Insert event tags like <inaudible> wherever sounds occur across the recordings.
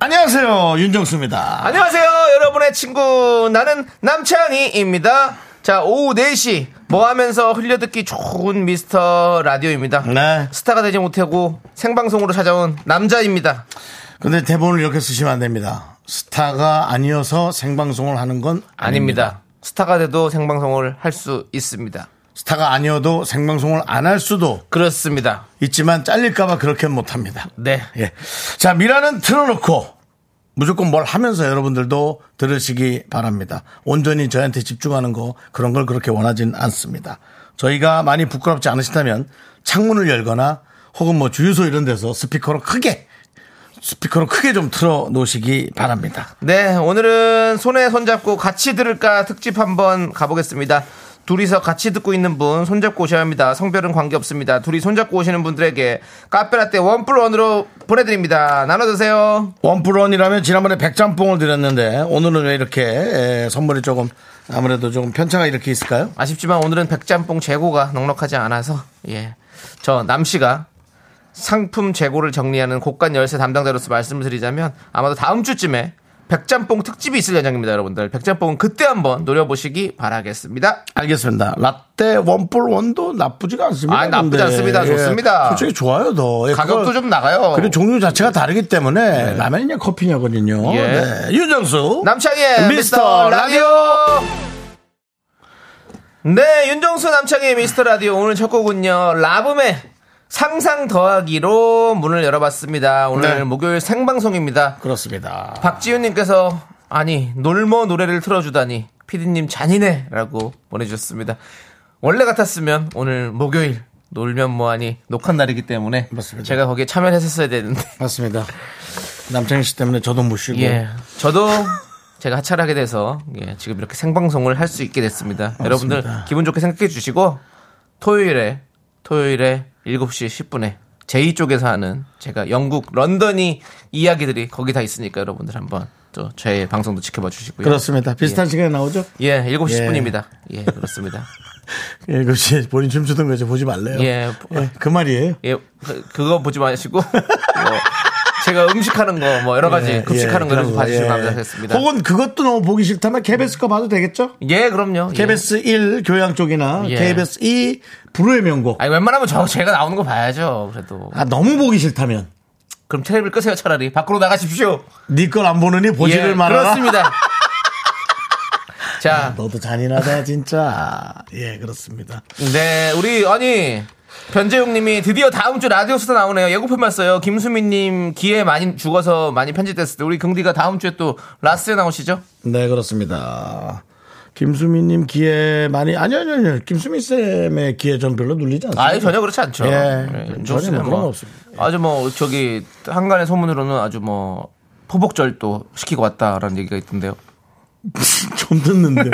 안녕하세요 윤정수입니다. 안녕하세요, 여러분의 친구. 나는 남창희입니다. 자, 오후 4시, 뭐 하면서 흘려듣기 좋은 미스터 라디오입니다. 네. 스타가 되지 못하고 생방송으로 찾아온 남자입니다. 근데 대본을 이렇게 쓰시면 안 됩니다. 스타가 아니어서 생방송을 하는 건 아닙니다. 스타가 돼도 생방송을 할 수 있습니다. 스타가 아니어도 생방송을 안 할 수도 그렇습니다. 있지만 잘릴까봐 그렇게 못합니다. 네. 예. 자, 미라는 틀어놓고 무조건 뭘 하면서 여러분들도 들으시기 바랍니다. 온전히 저희한테 집중하는 거 그런 걸 그렇게 원하진 않습니다. 저희가 많이 부끄럽지 않으시다면 창문을 열거나 혹은 뭐 주유소 이런 데서 스피커로 크게 스피커로 크게 좀 틀어 놓으시기 바랍니다. 네, 오늘은 손에 손잡고 같이 들을까 특집 한번 가보겠습니다. 둘이서 같이 듣고 있는 분 손잡고 오셔야 합니다. 성별은 관계없습니다. 둘이 손잡고 오시는 분들에게 카페라떼 원뿔원으로 보내드립니다. 나눠드세요. 원뿔원이라면 지난번에 백짬뽕을 드렸는데 오늘은 왜 이렇게 에, 선물이 조금 아무래도 조금 편차가 이렇게 있을까요? 아쉽지만 오늘은 백짬뽕 재고가 넉넉하지 않아서 예. 저 남씨가 상품 재고를 정리하는 곡간 열쇠 담당자로서 말씀을 드리자면 아마도 다음 주쯤에 백짬뽕 특집이 있을 예정입니다, 여러분들. 백짬뽕은 그때 한번 노려보시기 바라겠습니다. 알겠습니다. 라떼 원뿔 원도 나쁘지가 않습니다. 예. 아, 나쁘지 않습니다. 좋습니다. 솔직히 좋아요, 더. 예, 가격도 그거- 좀 나가요. 그리고 종류 자체가 다르기 때문에 라면이냐 커피냐거든요. 예. 네. 윤정수. 남창희의 미스터 라디오. 네, 윤정수 남창희의 미스터 라디오 오늘 첫 곡은요. 라붐의 상상 더하기로 문을 열어봤습니다. 오늘 네. 목요일 생방송입니다. 그렇습니다. 박지윤님께서 아니 놀모 노래를 틀어주다니 피디님 잔인해라고 보내주셨습니다. 원래 같았으면 오늘 목요일 놀면 뭐하니 녹한 날이기 때문에 맞습니다. 제가 거기에 참여했었어야 되는데 맞습니다. 남창희 씨 때문에 저도 못 쉬고. 예 저도 제가 하차를 하게 돼서 예, 지금 이렇게 생방송을 할 수 있게 됐습니다. 여러분들 기분 좋게 생각해 주시고 토요일에 토요일에 7시 10분에 제2 쪽에서 하는 제가 영국 런던이 이야기들이 거기 다 있으니까 여러분들 한번 또 저의 방송도 지켜봐 주시고요. 그렇습니다. 비슷한 시간에 나오죠? 예, 7시 예. 10분입니다. 예, 그렇습니다. 예, 그렇지. 본인 춤추던 거죠. 보지 말래요. 예. 그 말이에요. 예, 그, 그거 보지 마시고. 뭐 제가 음식하는 거, 뭐, 여러 가지 예, 급식하는 예, 거를 그런 거. 봐주시면 예. 감사하겠습니다. 혹은 그것도 너무 보기 싫다면 KBS 거 봐도 되겠죠? 예, 그럼요. 예. KBS 1 교양 쪽이나 예. KBS 2 불후의 명곡. 아니, 웬만하면 저, 제가 나오는 거 봐야죠, 그래도. 아, 너무 보기 싫다면. 그럼 텔레비를 끄세요, 차라리. 밖으로 나가십시오. 네 걸 안 보느니 예, 보지를 말아라. 그렇습니다. 자, <laughs> 너도 잔인하다 진짜. 예, 그렇습니다. 네, 우리, 아니. 변재용 님이 드디어 다음 주 라디오 스타 나오네요. 예고편만 써요. 김수민 님 기회 많이 죽어서 많이 편집됐을 때 우리 긍디가 다음 주에 또 라스에 나오시죠? 네, 그렇습니다. 김수민님 기회 많이 아니요 아니요 아니요 김수민 쌤의 기회 전 별로 눌리지 않습니다. 아니 전혀 그렇지 않죠. 예, 윤종신은 전혀 뭐 그런 거 없습니다. 아주 뭐 저기 한간의 소문으로는 아주 뭐 포복절도 시키고 왔다라는 얘기가 있던데요. <laughs> 좀 듣는데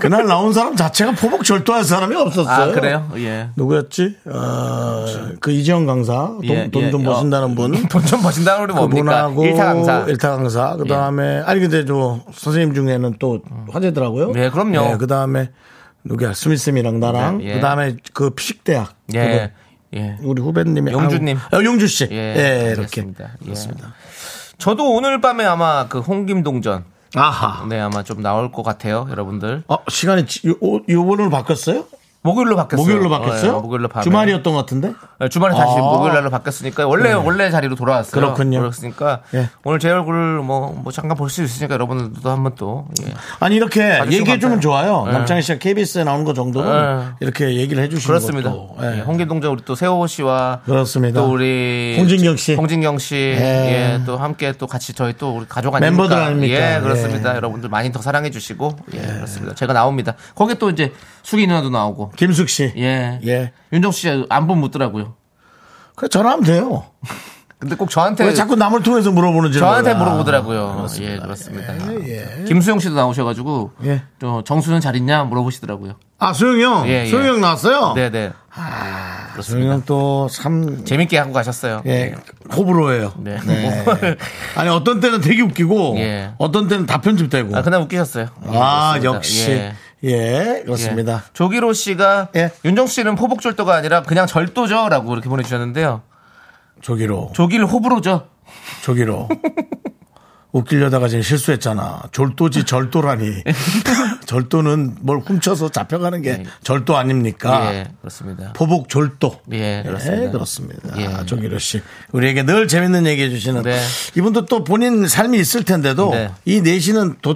그날 나온 사람 자체가 포복 절도한 사람이 없었어요. 아 그래요? 예. 누구였지? 어, 그 이재영 강사 예, 돈 좀 예. 버신다는 분. <laughs> 돈 좀 버신다는 우리 뭡니까? 그분하고 일타 강사. 일타 강사. 그다음에 아니 근데 저 선생님 중에는 또 화제더라고요. 예, 그럼요. 그다음에 누구야? 수미 쌤이랑 나랑. 네, 예. 그다음에 그 피식대학. 예. 예. 우리 후배님이 용주님. 아, 용주 씨. 예, 예, 이렇게. 알겠습니다. 예. 그렇습니다. 저도 오늘 밤에 아마 그 홍김동전 아하. 네 아마 좀 나올 것 같아요, 여러분들. 어, 시간이 지- 요, 요번으로 바뀌었어요? 목요일로 바뀌었어요. 목요일로 바뀌었어요? 예, 목요일로 밤에. 주말이었던 것 같은데? 네, 주말에 다시 아. 네. 목요일 날로 바뀌었으니까 원래 원래 자리로 돌아왔어요. 그렇군요. 그렇으니까 예. 오늘 제 얼굴 뭐, 뭐 잠깐 볼 수 있으니까 여러분들도 한번 또 예. 아니 이렇게 아주 얘기해 주면 심각해요. 좋아요. 예. 남창희 씨가 KBS에 나오는 거 정도는 예. 이렇게 얘기를 해 주시는 그렇습니다. 것도. 예. 예, 홍길동전 우리 또 세호 씨와 그렇습니다. 또 우리 홍진경 씨. 홍진경 씨, 예. 예, 또 함께 또 같이 저희 또 우리 가족 아닙니까? 멤버들 아닙니까? 예, 그렇습니다. 예. 여러분들 많이 더 사랑해 주시고, 예, 그렇습니다. 제가 나옵니다. 거기 또 이제 수기 누나도 나오고, 김숙 씨. 예, 예. 윤정 씨 안본 묻더라고요. 그래 전화하면 돼요. 근데 꼭 저한테 왜 자꾸 남을 통해서 물어보는지 네. 저한테 물어보더라고요. 예, 그렇습니다. 예, 김수영 씨도 나오셔가지고 예. 저 정수는 잘 있냐 물어보시더라고요. 아 소영이 형, 예, 예. 소영이 형 나왔어요. 네네. 소영이 형또참 재밌게 하고 가셨어요. 예, 호불호예요. 네. 네. 뭐. <laughs> 아니 어떤 때는 되게 웃기고, 예. 어떤 때는 다 편집되고. 아, 그날 웃기셨어요. 아, 그렇습니다. 역시 예. 예, 그렇습니다. 예. 조기로 씨가 예. 윤정 씨는 포복절도가 아니라 그냥 절도죠라고 이렇게 보내주셨는데요. 예. 조기로, 조길 호불호죠. <laughs> 조기로. 웃기려다가 지금 실수했잖아. 절도지 <laughs> 절도라니. 절도는 뭘 훔쳐서 잡혀가는 게 절도 아닙니까? 네. 예, 그렇습니다. 포복 절도. 예, 그렇습니다. 그렇습니다. 예. 조기로 씨. 우리에게 늘 재밌는 얘기 해주시는. 네. 이분도 또 본인 삶이 있을 텐데도 네. 이 내시는 도,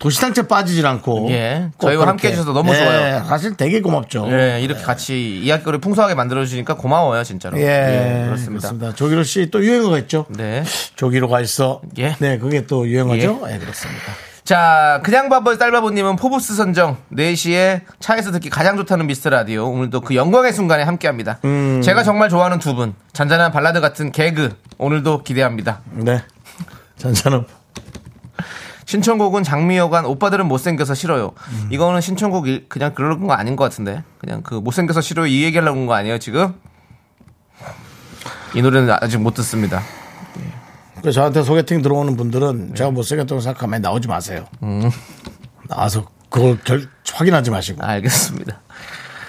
도시당체 빠지질 않고. 예. 꼭 저희와 그렇게. 함께 해주셔서 너무 예, 좋아요. 사실 되게 고맙죠. 예, 이렇게 같이 이야기거리 풍성하게 만들어 주시니까 고마워요, 진짜로. 예, 그렇습니다. 조기로 씨 또 유행어가 있죠. 네. 조기로가 있어. 예. 네, 그게 또 유행어죠. 예, 그렇습니다. 자, 그냥 바보의 딸바보님은 포브스 선정 4시에 차에서 듣기 가장 좋다는 미스터 라디오. 오늘도 그 영광의 순간에 함께 합니다. 제가 정말 좋아하는 두 분. 잔잔한 발라드 같은 개그. 오늘도 기대합니다. 네. 전자는 신청곡은 장미여관 오빠들은 못생겨서 싫어요. 이거는 신청곡 이 그냥 그런 거 아닌 것 같은데. 그냥 그 못생겨서 싫어요. 이 얘기하려고 온 거 아니에요, 지금? 이 노래는 아직 못 듣습니다. 그 저한테 소개팅 들어오는 분들은 제가 못생겼다고 생각하면 나오지 마세요. 음. 나와서 그걸 결, 확인하지 마시고. 알겠습니다.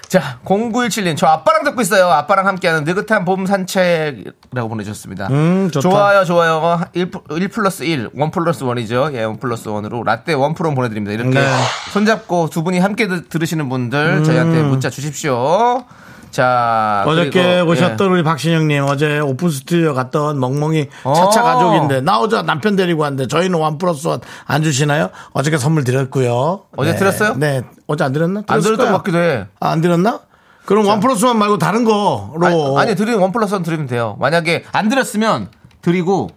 자, 0917님, 저 아빠랑 듣고 있어요. 아빠랑 함께하는 느긋한 봄 산책이라고 보내주셨습니다. 음, 좋다. 좋아요, 좋아요. 1, 플러스 1, 1 플러스 1이죠. 예, 1 플러스 1으로 라떼 1프롬 보내드립니다. 이렇게 네. 음. 손잡고 두 분이 함께 드- 들으시는 분들 저희한테 문자 주십시오. 자, 어저께 아, 그리고, 오셨던 예. 우리 박신영님 어제 오픈 스튜디오 갔던 멍멍이 어. 차차 가족인데 나오자 남편 데리고 왔는데 저희는 원 플러스 원안 주시나요? 어저께 선물 드렸고요. 어제 네. 드렸어요? 네, 어제 안 드렸나? 안 드렸을 들었던 거야. 것 같기도 해. 아, 안 드렸나? 그럼 원 플러스 원 말고 다른 거로 아니, 드리면1 플러스 1 드리면 돼요. 만약에 안 드렸으면 드리고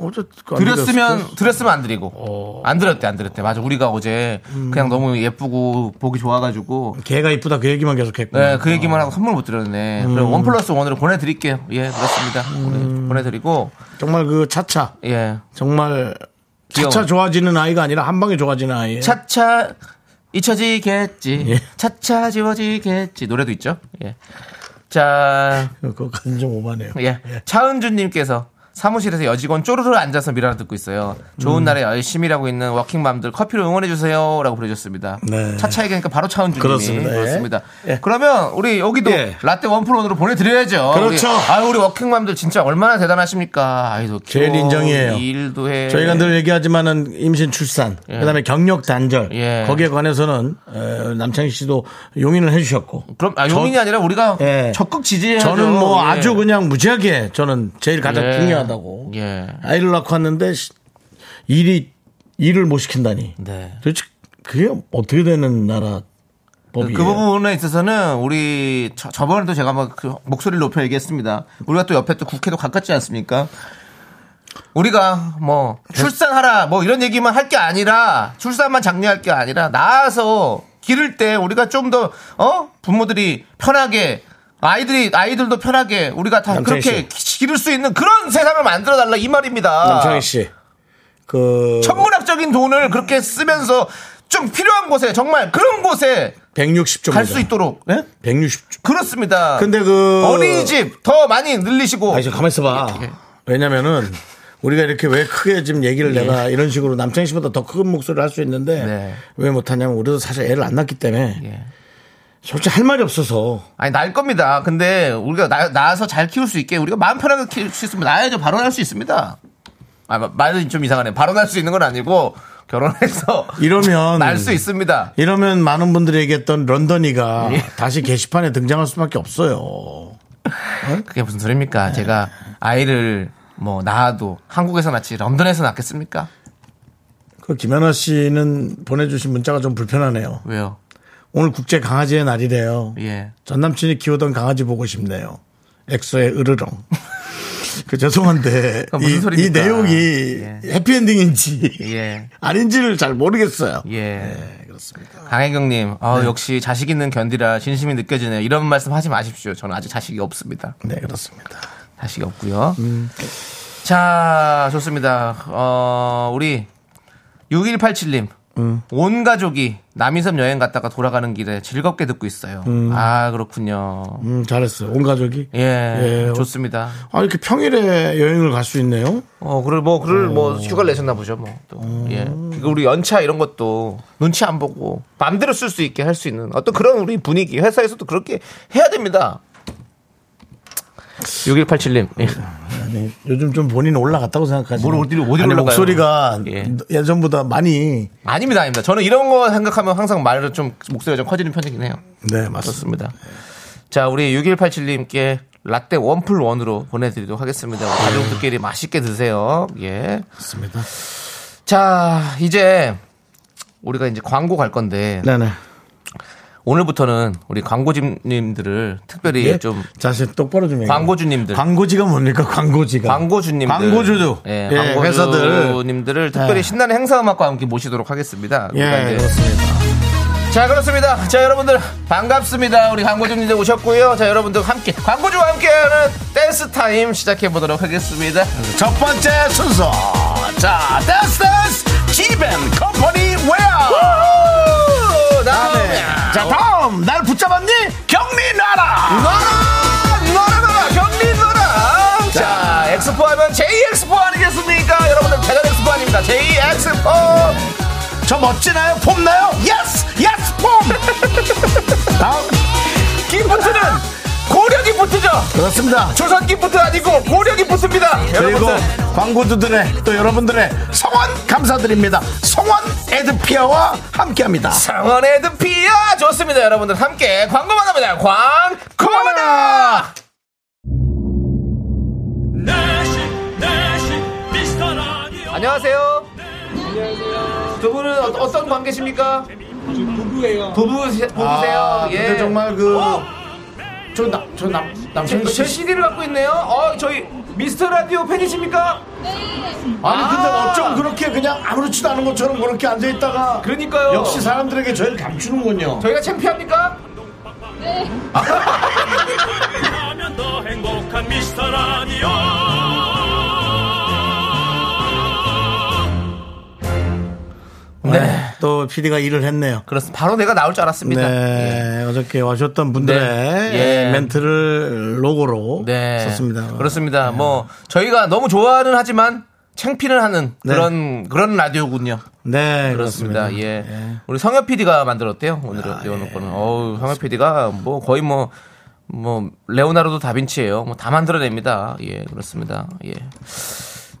어제 그거 안 드렸으면 드렸으면 안 드리고 안 드렸대 안 드렸대 맞아 우리가 어제 그냥 너무 예쁘고 보기 좋아가지고 걔가 이쁘다 그 얘기만 계속했고 네, 그 얘기만 하고 선물 못 드렸네 그럼 원 플러스 원으로 보내드릴게요 예 그렇습니다 오늘 보내드리고 정말 그 차차 예 정말 귀여워. 차차 좋아지는 아이가 아니라 한 방에 좋아지는 아이예요. 차차 잊혀지겠지 예. 차차 지워지겠지 노래도 있죠 예. 예자 그거까지 좀 오바네요. 예. 차은주님께서 사무실에서 여직원 쪼르르 앉아서 미라를 듣고 있어요. 음. 좋은 날에 열심히 일하고 있는 워킹맘들 커피로 응원해주세요. 라고 보내주셨습니다. 네. 차차 얘기하니까 바로 차은주님이. 그렇습니다. 예. 그렇습니다. 예. 그러면 우리 여기도 예. 라떼 원플원으로 보내드려야죠. 그렇죠. 우리, 아유, 우리 워킹맘들 진짜 얼마나 대단하십니까. 아이도 제일 키워, 인정이에요. 일도 해. 저희가 늘 얘기하지만은 임신 출산 그다음에 경력 단절 예. 거기에 관해서는 어, 남창희 씨도 용인을 해주셨고 그럼 아, 용인이 아니라 우리가 예. 적극 지지해야죠. 저는 뭐 예. 아주 그냥 무지하게 저는 제일 가장 예. 중요하다고 예. 아이를 낳고 왔는데 시- 일이 일을 못 시킨다니 네. 도대체 그게 어떻게 되는 나라 법이에요? 그 부분에 있어서는 우리 저, 저번에도 제가 막 그 목소리를 높여 얘기했습니다. 우리가 또 옆에 또 국회도 가깝지 않습니까? 우리가 뭐 네. 출산하라 뭐 이런 얘기만 할 게 아니라 출산만 장려할 게 아니라 나아서 기를 때 우리가 좀 더 어? 부모들이 편하게 아이들이 아이들도 편하게 우리가 다 남창희 그렇게 기- 기를 수 있는 그런 세상을 만들어 달라 이 말입니다. 남창희 씨. 그 천문학적인 돈을 그렇게 쓰면서 좀 필요한 곳에 정말 그런 곳에 160조 갈 수 있도록 예? 160조. 그렇습니다. 근데 그- 어린이집 더 많이 늘리시고 아니, 저 가만 있어 봐. 예, 예. 왜냐면은 우리가 이렇게 왜 크게 지금 얘기를 내가 이런 식으로 남창희 씨보다 더 큰 목소리를 할 수 있는데 예. 네. 왜 못하냐면 우리도 사실 애를 안 낳기 때문에 예. 솔직히 할 말이 없어서 아니 날 겁니다. 근데 우리가 나, 나아서 잘 키울 수 있게 우리가 마음 편하게 키울 수 있으면 나야죠. 발언할 수 있습니다. 아 마- 말은 좀 이상하네. 발언할 수 있는 건 아니고 결혼해서 <laughs> 이러면 날 수 있습니다. 이러면 많은 분들이 얘기했던 런던이가 예. 다시 게시판에 등장할 수밖에 없어요. 그게 무슨 소리입니까? 제가 아이를 뭐 낳아도 한국에서 낳지 런던에서 낳겠습니까? 그 김연아 씨는 보내주신 문자가 좀 불편하네요. 왜요? 오늘 국제 강아지의 날이래요. 예. 전 남친이 키우던 강아지 보고 싶네요. 엑소의 으르렁. <laughs> 그 죄송한데 그건 이, 무슨 이 소리입니까? 내용이 예. 해피엔딩인지 예. <laughs> 아닌지를 잘 모르겠어요. 예. 그렇습니다. 강혜경님, 어, 역시 자식 있는 견디라 진심이 느껴지네요. 이런 말씀 하지 마십시오. 저는 아직 자식이 없습니다. 네 그렇습니다. 다시 없고요. 자, 좋습니다. 어, 우리 6187님. 온 가족이 남이섬 여행 갔다가 돌아가는 길에 즐겁게 듣고 있어요. 아, 그렇군요. 음, 잘했어요. 온 가족이. 예, 예. 좋습니다. 아, 이렇게 평일에 여행을 갈 수 있네요? 어, 그를 뭐, 그를 뭐, 휴가를 내셨나 보죠, 뭐. 또. 예. 그러니까 우리 연차 이런 것도 눈치 안 보고, 마음대로 쓸 수 있게 할 수 있는 어떤 그런 우리 분위기, 회사에서도 그렇게 해야 됩니다. 6187님. 예. 아니, 요즘 좀 본인 올라갔다고 생각하지. 뭘 어디로- 어디로 아니, 올라가요? 목소리가 예. 예. 전보다 많이. 아닙니다, 아닙니다. 저는 이런 거 생각하면 항상 말을 좀, 목소리가 좀 커지는 편이긴 해요. 네, 맞습니다. 그렇습니다. 자, 우리 6187님께 라떼 원풀 원으로 보내드리도록 하겠습니다. 우리 가족들끼리 맛있게 드세요. 예. 맞습니다. 자, 이제 우리가 이제 광고 갈 건데 네네. 오늘부터는 우리 광고주님들을 특별히 예? 좀 자신 똑바로 좀 얘기해. 광고주님들. 광고지가 뭡니까? 광고지가. 네. 광고주님들, 광고주도. 예, 예, 회사들. 광고주님들을 특별히 예. 신나는 행사 음악과 함께 모시도록 하겠습니다. 그러니까 예, 이제 그렇습니다. 자 그렇습니다. 자 여러분들 반갑습니다. 우리 광고주님들 오셨고요. 자 여러분들 함께 광고주와 함께하는 댄스 타임 시작해 보도록 하겠습니다. 첫 번째 순서. 자, 댄스 댄스 지벤 컴퍼니 웨어. 오, 네. 다음에 다음에. 자, 다음. 날 붙잡았니? 경리 나라. 너라 너라 경리 너라. 자 엑스포 하면 J 엑스포 아니겠습니까? 여러분들 대단 엑스포 아닙니다. J 엑스포. 저 멋지나요? 폼나요? 예스! 예스! <laughs> 폼! 다음. 기프트는 고려 기프트죠. 그렇습니다. 조선 기프트 아니고 고려 기프트입니다. 그리고 여러분들 광고주들의 또 여러분들의 성원 감사드립니다. 성원 에드피아와 함께합니다. 상원의 드피아 좋습니다. 여러분들 함께 광고 만납니다. 광고 만나. 내시 내시 미스터 라디오 안녕하세요. 두 분은 어, 떤 관계십니까? 부부예요. 부부 세요 아, 예. 근데 정말 그- 저남저남 남친 제 CD를 갖고 있네요. 어 저희 미스터 라디오 팬이십니까? 아니 근데 네. 아. 어쩜 그렇게 그냥 아무렇지도 않은 것처럼 그렇게 앉아있다가 그러니까요. 역시 사람들에게 저희를 감추는군요. 저희가 창피합니까? 하면 더 행복한 미스터 라디오 네. 또 PD가 일을 했네요. 그렇습니다. 바로 내가 나올 줄 알았습니다. 네, 어저께 와셨던 분들의 네. 예. 멘트를 로고로 네. 썼습니다. 그렇습니다. 뭐 저희가 너무 좋아하는 하지만 창피를 하는 네. 그런 그런 라디오군요. 네, 그렇습니다. 그렇습니다. 예. 아, 우리 성엽 PD가 만들었대요. 오늘은 띄워놓은 거는. 어우, 성엽 PD가 뭐 거의 뭐, 뭐, 레오나르도 다빈치예요 뭐 다 만들어냅니다. 예, 그렇습니다. 예.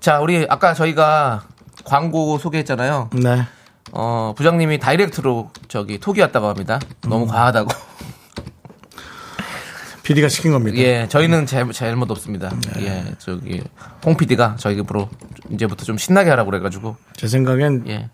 자, 우리 아까 저희가 광고 소개했잖아요. 네. 어, 부장님이 다이렉트로 저기 톡이 왔다고 합니다. 너무 과하다고. PD가 시킨 겁니다. 예, 저희는 잘- 잘못 없습니다. 예, 저기, 홍 PD가 저희에게로 이제부터 좀 신나게 하라고 그래가지고. 제 생각엔 예.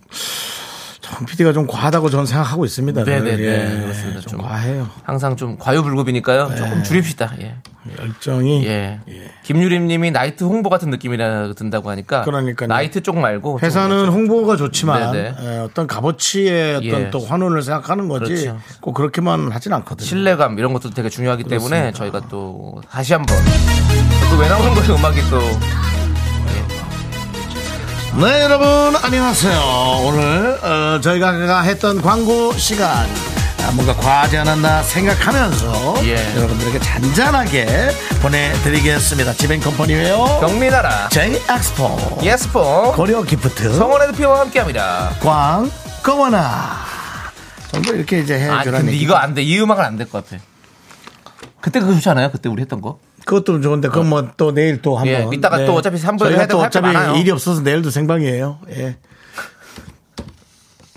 정 PD가 좀 과하다고 저는 생각하고 있습니다. 네네네. 예, 그렇습니다. 좀 좀. 과해요. 항상 좀 과유불급이니까요. 조금 줄입시다. 예. 열정이 예. 김유림님이 나이트 홍보 같은 느낌이라 든다고 하니까. 그러니까요. 나이트 쪽 말고. 좀 회사는 홍보가 좋지만 네네. 예, 어떤 값어치의 어떤 예. 또 환원을 생각하는 거지 그렇죠. 꼭 그렇게만 하진 않거든요. 신뢰감 이런 것도 되게 중요하기 때문에 저희가 또 다시 한번 또 왜 나오는 거예요 음악이 또 네 여러분 안녕하세요. 오늘 어, 저희가 아까 했던 광고 시간 아, 뭔가 과하지 않았나 생각하면서 예. 여러분들에게 잔잔하게 보내드리겠습니다. 지벤컴퍼니웨어 경미나라 제이엑스포 예스포 고려 기프트 성원의 대표와 함께합니다 광 꺼머나 정도 이렇게 이제 아 해주라는 근데 얘기. 이거 안 돼 이 음악은 안 될 것 같아 그때 그거 좋지 않아요 그때 우리 했던 거 그것도 좋은데 그건 뭐 또 내일 또 한번 어. 네. 예, 이따가 또 어차피 삼부에 저희가 해야 또 될할게 어차피 많아요. 일이 없어서 내일도 생방이에요 예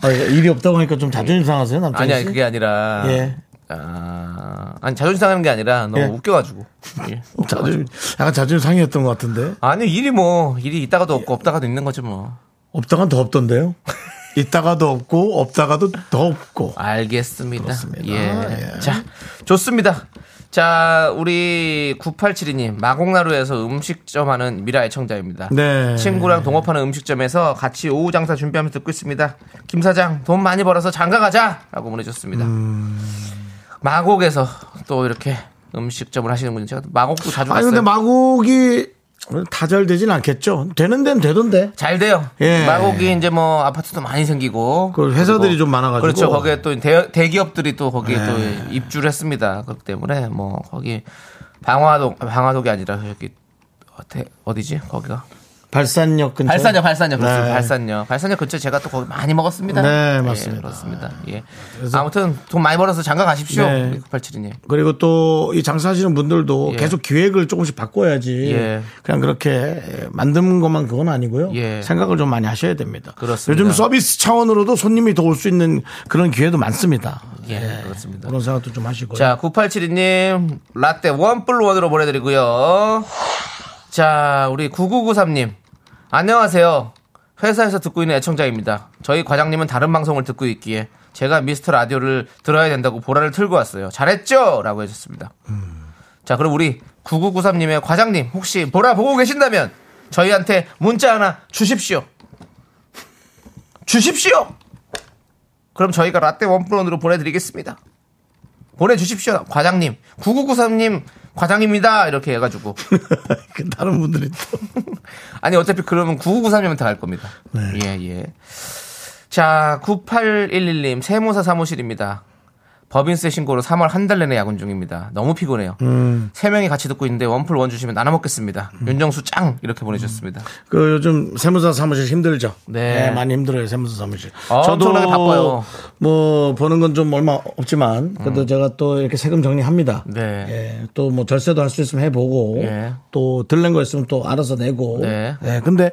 아, 일이 없다고 하니까 좀 자존심 상하세요 남자 아니 아니 그게 아니라 예. 아 아니 자존심 상하는 게 아니라 너무 예. 웃겨가지고 예. 자존 약간 자존심 상이었던 것 같은데 아니 일이 뭐 일이 있다가도 예. 없고 없다가도 있는 거지 뭐 없다간 더 <laughs> 없던데요 있다가도 없고 없다가도 더 없고 아, 알겠습니다. 그렇습니다. 예. 예. 자, 좋습니다. 자, 우리 9872님, 마곡나루에서 음식점 하는 미라의 청자입니다. 네. 친구랑 동업하는 음식점에서 같이 오후 장사 준비하면서 듣고 있습니다. 김 사장, 돈 음. 많이 벌어서 장가 가자! 라고 보내줬습니다. 마곡에서 또 이렇게 음식점을 하시는군요. 제가 마곡도 자주 아니 갔어요. 근데 마곡이 다 잘 되진 않겠죠. 되는 데는 되던데. 잘 돼요. 예. 마곡이 이제 뭐 아파트도 많이 생기고 그 회사들이 그리고 좀 많아가지고. 네. 그렇죠. 거기에 또 대, 기업들이또 거기에 또 입주를 했습니다. 그렇기 때문에 뭐 거기 방화동 방화동이 아니라 여기 어디, 어디지 거기가 발산역 근처. 발산역 발산역 그렇습니다. 네. 발산역 발산역 근처 제가 또 거기 많이 먹었습니다. 네, 맞습니다. 예, 그렇습니다. 예. 아무튼 돈 많이 벌어서 장가 가십시오. 네. 9872님. 그리고 또 이 장사하시는 분들도 예. 계속 기획을 조금씩 바꿔야지 예. 그냥 그렇게 만드는 것만 그건 아니고요 예. 생각을 좀 많이 하셔야 됩니다 그렇습니다. 요즘 서비스 차원으로도 손님이 더 올 수 있는 그런 기회도 많습니다 예, 그렇습니다. 그런 생각도 좀 하시고요 자, 9872님, 라떼 원뿔 원으로 보내드리고요. 자, 우리 9993님. 안녕하세요. 회사에서 듣고 있는 애청자입니다. 저희 과장님은 다른 방송을 듣고 있기에 제가 미스터 라디오를 들어야 된다고 보라를 틀고 왔어요. 잘했죠? 라고 해주셨습니다. 자, 그럼 우리 9993님의 과장님, 혹시 보라 보고 계신다면 저희한테 문자 하나 주십시오. 주십시오! 그럼 저희가 라떼 원뿔원으로 보내드리겠습니다. 보내주십시오. 과장님. 9993님, 과장입니다. 이렇게 해가지고. <laughs> 그 다른 분들이 또 아니, 어차피 그러면 9993님한테 갈 겁니다. 예, 예. 자, 9811님, 세무사 사무실입니다. 법인세 신고로 3월 한 달 내내 야근 중입니다. 너무 피곤해요. 세 명이 같이 듣고 있는데 원풀 원 주시면 나눠 먹겠습니다. 윤정수 짱! 이렇게 보내주셨습니다. 그 요즘 세무사 사무실 힘들죠. 네. 네, 많이 힘들어요 세무사 사무실. 아, 엄청나게 바빠요. 음. 뭐 보는 건 좀 얼마 없지만 그래도 제가 또 이렇게 세금 정리합니다. 네. 예, 또 뭐 절세도 할 수 있으면 해보고 예. 또 들른 거 있으면 또 알아서 내고. 네. 예, 근데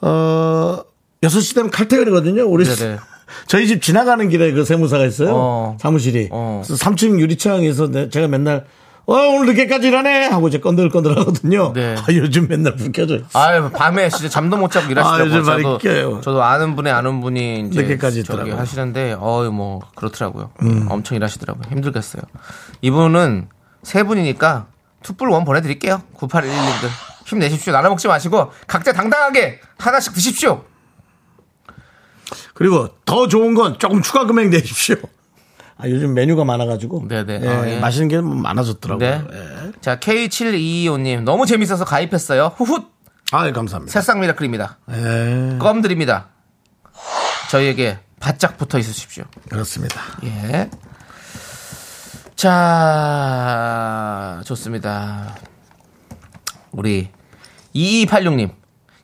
어 6시 되면 칼퇴거리거든요. 우리 네, 네. <laughs> 저희 집 지나가는 길에 그 세무사가 있어요. 어. 사무실이. 어. 그래서 3층 유리창에서 내- 제가 맨날 어, 오늘 늦게까지 일하네! 하고 이제 건들건들 하거든요. 네. <laughs> 아, 요즘 맨날 불 켜져 있어요. 아유, 밤에 진짜 잠도 못 자고 아, 요즘 일하시더라고요. 많이 저도, 깨요. 저도 아는 분이 아는 분이 이제 늦게까지 저기 있더라고요. 음. 하시는데, 어유 뭐, 그렇더라고요. 엄청 일하시더라고요. 힘들겠어요. 이분은 세 분이니까 투뿔 원 보내드릴게요. 9811님들. 힘내십시오. 나눠 먹지 마시고, 각자 당당하게 하나씩 드십시오. 그리고 더 좋은 건 조금 추가 금액 내십시오. 아, 요즘 메뉴가 많아가지고. 네네. 예, 아, 예. 맛있는 게 많아졌더라고요. 네. 예. 자, K7225님. 너무 재밌어서 가입했어요. 후훗! 아, 예, 감사합니다. 새싹 미라클입니다. 예, 껌 드립니다. 저희에게 바짝 붙어 있으십시오. 그렇습니다. 예. 자, 좋습니다. 우리 2286님.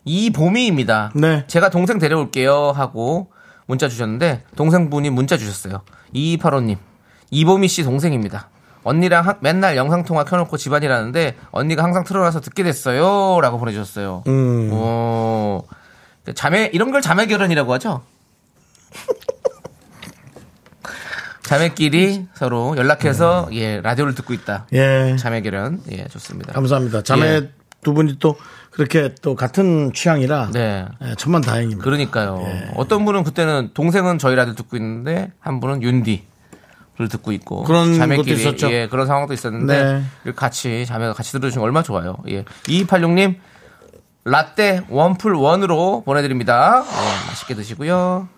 이봄이입니다. 네. 제가 동생 데려올게요 하고 문자 주셨는데 동생분이 문자 주셨어요. 2285님. 이보미 씨 동생입니다. 언니랑 학- 맨날 영상통화 켜놓고 집안일 하는데 언니가 항상 틀어놔서 듣게 됐어요 라고 보내주셨어요. 오. 그 자매, 이런 걸 자매 결혼이라고 하죠? 자매끼리 서로 연락해서 예 라디오를 듣고 있다. 음. 예. 자매 결혼 예 좋습니다. 감사합니다. 자매 예. 두 분이 또 그렇게 또 같은 취향이라. 네. 예, 천만 다행입니다. 그러니까요. 예. 어떤 분은 그때는 동생은 저희 라디오 듣고 있는데 한 분은 윤디를 듣고 있고 그런 것도 있었죠. 예 그런 상황도 있었는데 네. 이렇게 같이 자매가 같이 들어주시면 얼마 나 좋아요. 예 2286님 라떼 원풀 원으로 보내드립니다. 예, 맛있게 드시고요.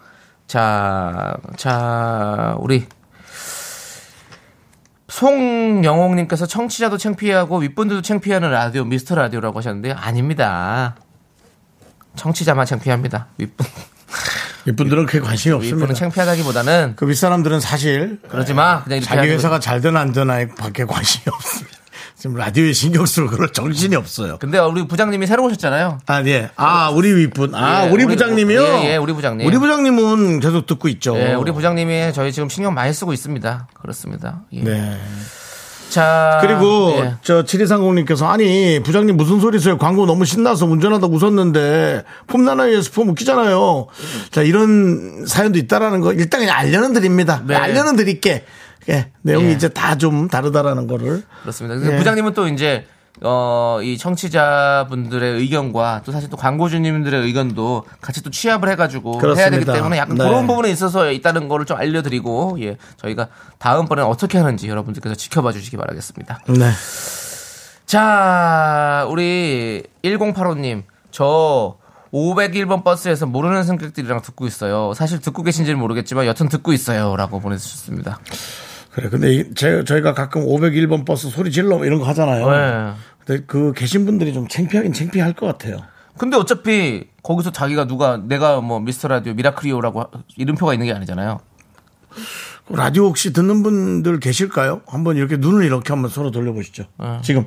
자, 자, 우리 송영옥님께서 청취자도 창피하고 윗분들도 창피하는 라디오 미스터 라디오라고 하셨는데 아닙니다. 청취자만 창피합니다. 윗분 이분들은 그게 관심이 없습니다. 윗분은 창피하다기보다는 그 윗사람들은 사실. 그러지 마. 그냥 네, 이렇게 자기 하는 회사가 잘 되나 안 되나에 밖에 관심이 없습니다. 지금 라디오에 신경 쓰고 그럴 정신이 없어요. 근데 우리 부장님이 새로 오셨잖아요. 아, 예. 아, 우리 윗분. 아, 예, 우리, 우리- 부장님이요? 예, 예, 우리 부장님. 우리 부장님은 계속 듣고 있죠. 예, 우리 부장님이 저희 지금 신경 많이 쓰고 있습니다. 그렇습니다. 예. 네. 자 그리고 예. 저 7230님께서 아니, 부장님 무슨 소리세요? 광고 너무 신나서 운전하다 웃었는데 폼나나이에서 폼 웃기잖아요. 자, 이런 사연도 있다라는 거 일단 그냥 알려는 드립니다. 네. 알려는 드릴게. 예, 내용이 예. 이제 다 좀 다르다라는 거를. 그렇습니다. 근데 예. 부장님은 또 이제 어, 이 청취자분들의 의견과 또 사실 또 광고주님들의 의견도 같이 또 취합을 해가지고 해야 되기 그렇습니다. 때문에 약간 네. 그런 부분에 있어서 있다는 거를 좀 알려드리고 예 저희가 다음번에 어떻게 하는지 여러분들께서 지켜봐 주시기 바라겠습니다. 네. 자, 우리 1085님. 저 501번 버스에서 모르는 승객들이랑 듣고 있어요. 사실 듣고 계신지는 모르겠지만 여튼 듣고 있어요. 라고 보내주셨습니다. 그래. 근데 이- 제, 저희가 가끔 501번 버스 소리 질러 이런 거 하잖아요. 네. 근데 그 계신 분들이 좀 창피하긴 창피할 것 같아요. 근데 어차피 거기서 자기가 누가 내가 뭐 미스터 라디오 미라클리오라고 하- 이름표가 있는 게 아니잖아요. 라디오 혹시 듣는 분들 계실까요? 한번 이렇게 눈을 이렇게 한번 서로 돌려보시죠. 지금.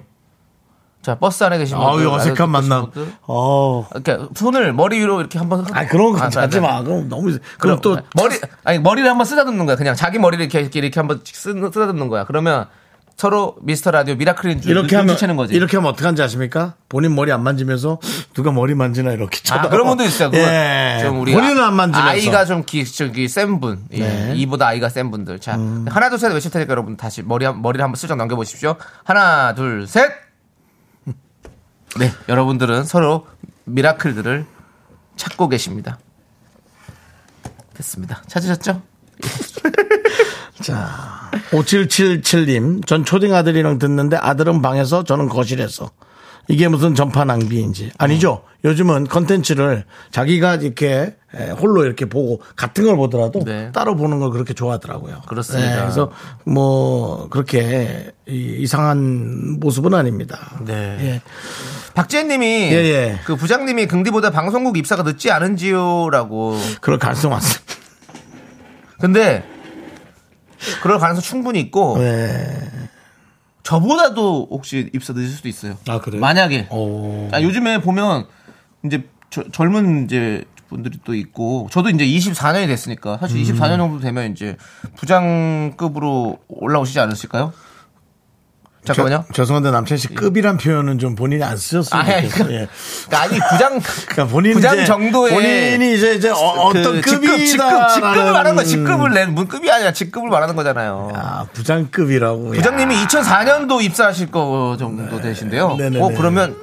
자 버스 안에 계신 분들, 아유, 라디오 어색한 만남. 네. 듣고 계신 분들, 어. 이렇게 손을 머리 위로 이렇게 한번. 아, 그런 거 아, 네, 하지 네. 네. 마. 그럼 너무. 그럼 네. 그럼 또. 머리 아니 머리를 한번 쓰다듬는 거야. 그냥 자기 머리를 이렇게 이렇게, 이렇게 한번 쓰, 쓰다듬는 거야. 그러면 서로 미스터 라디오 미라클인 줄 이렇게 하면 눈치채는 거지. 이렇게 하면 어떡한지 아십니까? 본인 머리 안 만지면서 누가 머리 만지나 이렇게 쳐다. 아, 그런 분도 있어요. 그건 예. 좀 우리 본인은 안 만지면서. 아이가 좀 기, 저기 센 분, 예. 이보다 아이가 센 분들. 자 하나 둘 셋 외칠 테니까 여러분 다시 머리 한- 머리를 한번 슬쩍 넘겨보십시오. 하나 둘 셋. <laughs> 네, 여러분들은 서로 미라클들을 찾고 계십니다. 됐습니다. 찾으셨죠? 5777님, 전 초딩 아들이랑 듣는데 아들은 방에서 저는 거실에서. 이게 무슨 전파 낭비인지. 아니죠. 요즘은 컨텐츠를 자기가 이렇게 에, 홀로 이렇게 보고 같은 걸 보더라도 네. 따로 보는 걸 그렇게 좋아하더라고요. 네, 그렇습니다. 그래서 뭐 그렇게 이, 상한 모습은 아닙니다. 네. 예. 박재현님이 예, 예. 그 부장님이 긍디보다 방송국 입사가 늦지 않은지요라고. 그럴 가능성 많습니다. 근데 그럴 가능성 충분히 있고 네. 저보다도 혹시 입사 늦을 수도 있어요. 아, 그래요? 만약에 오. 아, 요즘에 보면 이제 저- 젊은 이제 분들이 또 있고 저도 이제 24년이 됐으니까 음. 사실 24년 정도 되면 이제 부장급으로 올라오시지 않으실까요? 잠깐만요. 예. 죄- 죄송한데 남편 씨 급이란 표현은 좀 본인이 안 쓰셨으면 아, 예. 좋겠어요. 예. 아니 부장 <laughs> 그러니까 본인 부장 이제 정도의 본인이 이제 이제 어, 그 떤 직급, 급이다 직급, 직급을 말하는 거야. 직급을 낸 문급이 아니라 직급을 말하는 거잖아요. 아 부장급이라고 예. 부장님이 2004년도 입사하실 거 정도 되신데요. 네네네. 어 그러면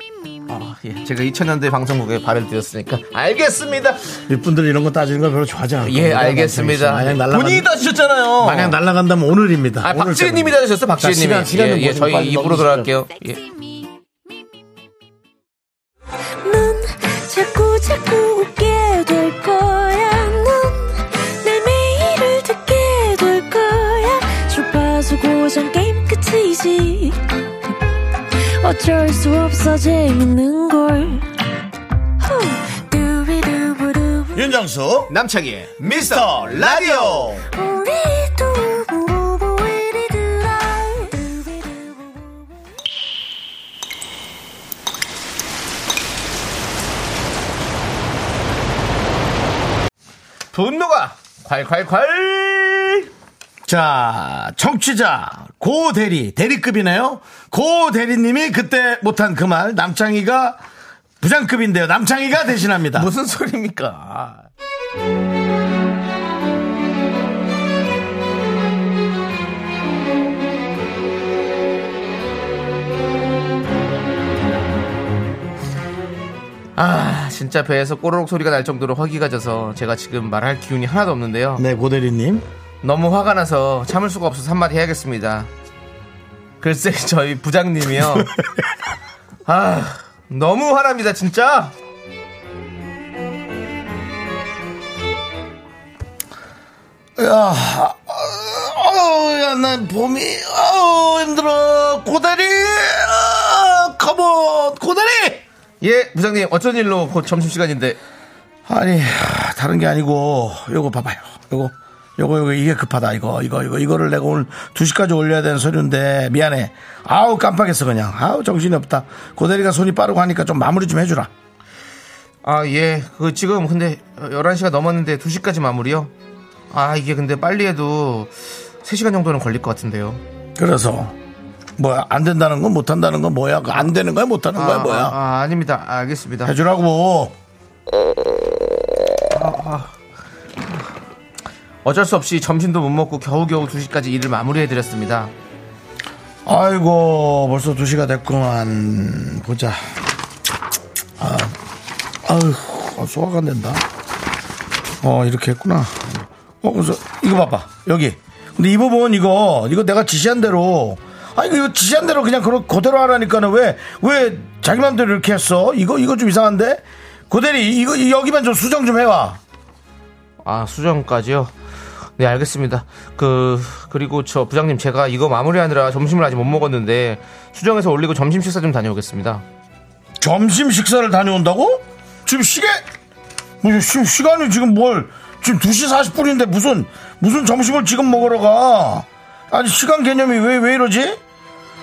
아, 예. 제가 2000년대 방송국에 발을 들였으니까 알겠습니다. 윗분들 이런 거 따지는 걸 별로 좋아하지 않아요. 예, 알겠습니다. 만약 본인이 날라간 따지셨잖아요. 만약 날라간다면 오늘입니다. 아, 오늘 박지혜님이 때문에. 따지셨어, 박지혜님이. 자, 시간 시간 예, 예, 저희 입으로 돌아갈게요. 예. 넌 자꾸 자꾸 웃게 될 거야. 넌내 매일을 듣게 될 거야. 주파수 고정 게임 끝이지. 어쩔 수 없어 재밌는 걸. 후. 두비두부두. 윤정수 남창희의 미스터 라디오. 우리 두부부부 우리 두라. 두비두부부. 분노가 콸콸콸. 자 청취자 고 대리 대리급이네요. 고 대리님이 그때 못한 그 말 남창희가 부장급인데요. 남창희가 대신합니다. 무슨 소리입니까? 아, 진짜 배에서 꼬르륵 소리가 날 정도로 허기가 져서 제가 지금 말할 기운이 하나도 없는데요. 네 고 대리님. 너무 화가 나서 참을 수가 없어서 한마디 해야겠습니다. 글쎄 저희 부장님이요. 아 너무 화납니다 진짜. 어우, 야, 난 봄이, 어우, 힘들어. 고다리, 어, 컴온, 고다리! 예 부장님 어쩐 일로 곧 점심시간인데 아니, 하, 다른 게 아니고, 요거 봐봐요. 요거, 요거, 요거, 이게 급하다. 이거, 이거, 이거, 이거를 내가 오늘 2시까지 올려야 되는 서류인데, 미안해. 아우, 깜빡했어, 그냥. 아우, 정신이 없다. 고다리가 손이 빠르고 하니까 좀 마무리 좀 해주라. 아 예 그 지금 근데 11시가 넘었는데 2시까지 마무리요? 아 이게 근데 빨리 해도 3시간 정도는 걸릴 것 같은데요 그래서, 뭐야, 안 된다는 건 못 한다는 건 뭐야? 그거 안 되는 거야, 못 하는 거야, 아, 뭐야? 아, 아, 닙니다 알겠습니다 해주라고. 어쩔 수 없이 점심도 못 먹고 겨우겨우 2시까지 일을 마무리해드렸습니다 아이고 벌써 2시가 됐구만 보자 아, 아휴 소화가 안 된다 어 이렇게 했구나 어 그래서 이거 봐봐 여기 근데 이 부분 이거 이거 내가 지시한 대로 아 이거 이거 지시한 대로 그냥 그러, 그대로 하라니까는 왜 왜 자기 맘대로 이렇게 했어 이거 이거 좀 이상한데 고대리 이거 이- 여기만 좀 수정 좀 해와 아 수정까지요 네, 알겠습니다. 그, 그리고 저 부장님 제가 이거 마무리하느라 점심을 아직 못 먹었는데 수정해서 올리고 점심 식사 좀 다녀오겠습니다. 점심 식사를 다녀온다고? 지금 시계 무슨 시- 시간이 지금 뭘 지금 2시 40분인데 무슨 무슨 점심을 지금 먹으러 가? 아니 시간 개념이 왜 왜 이러지?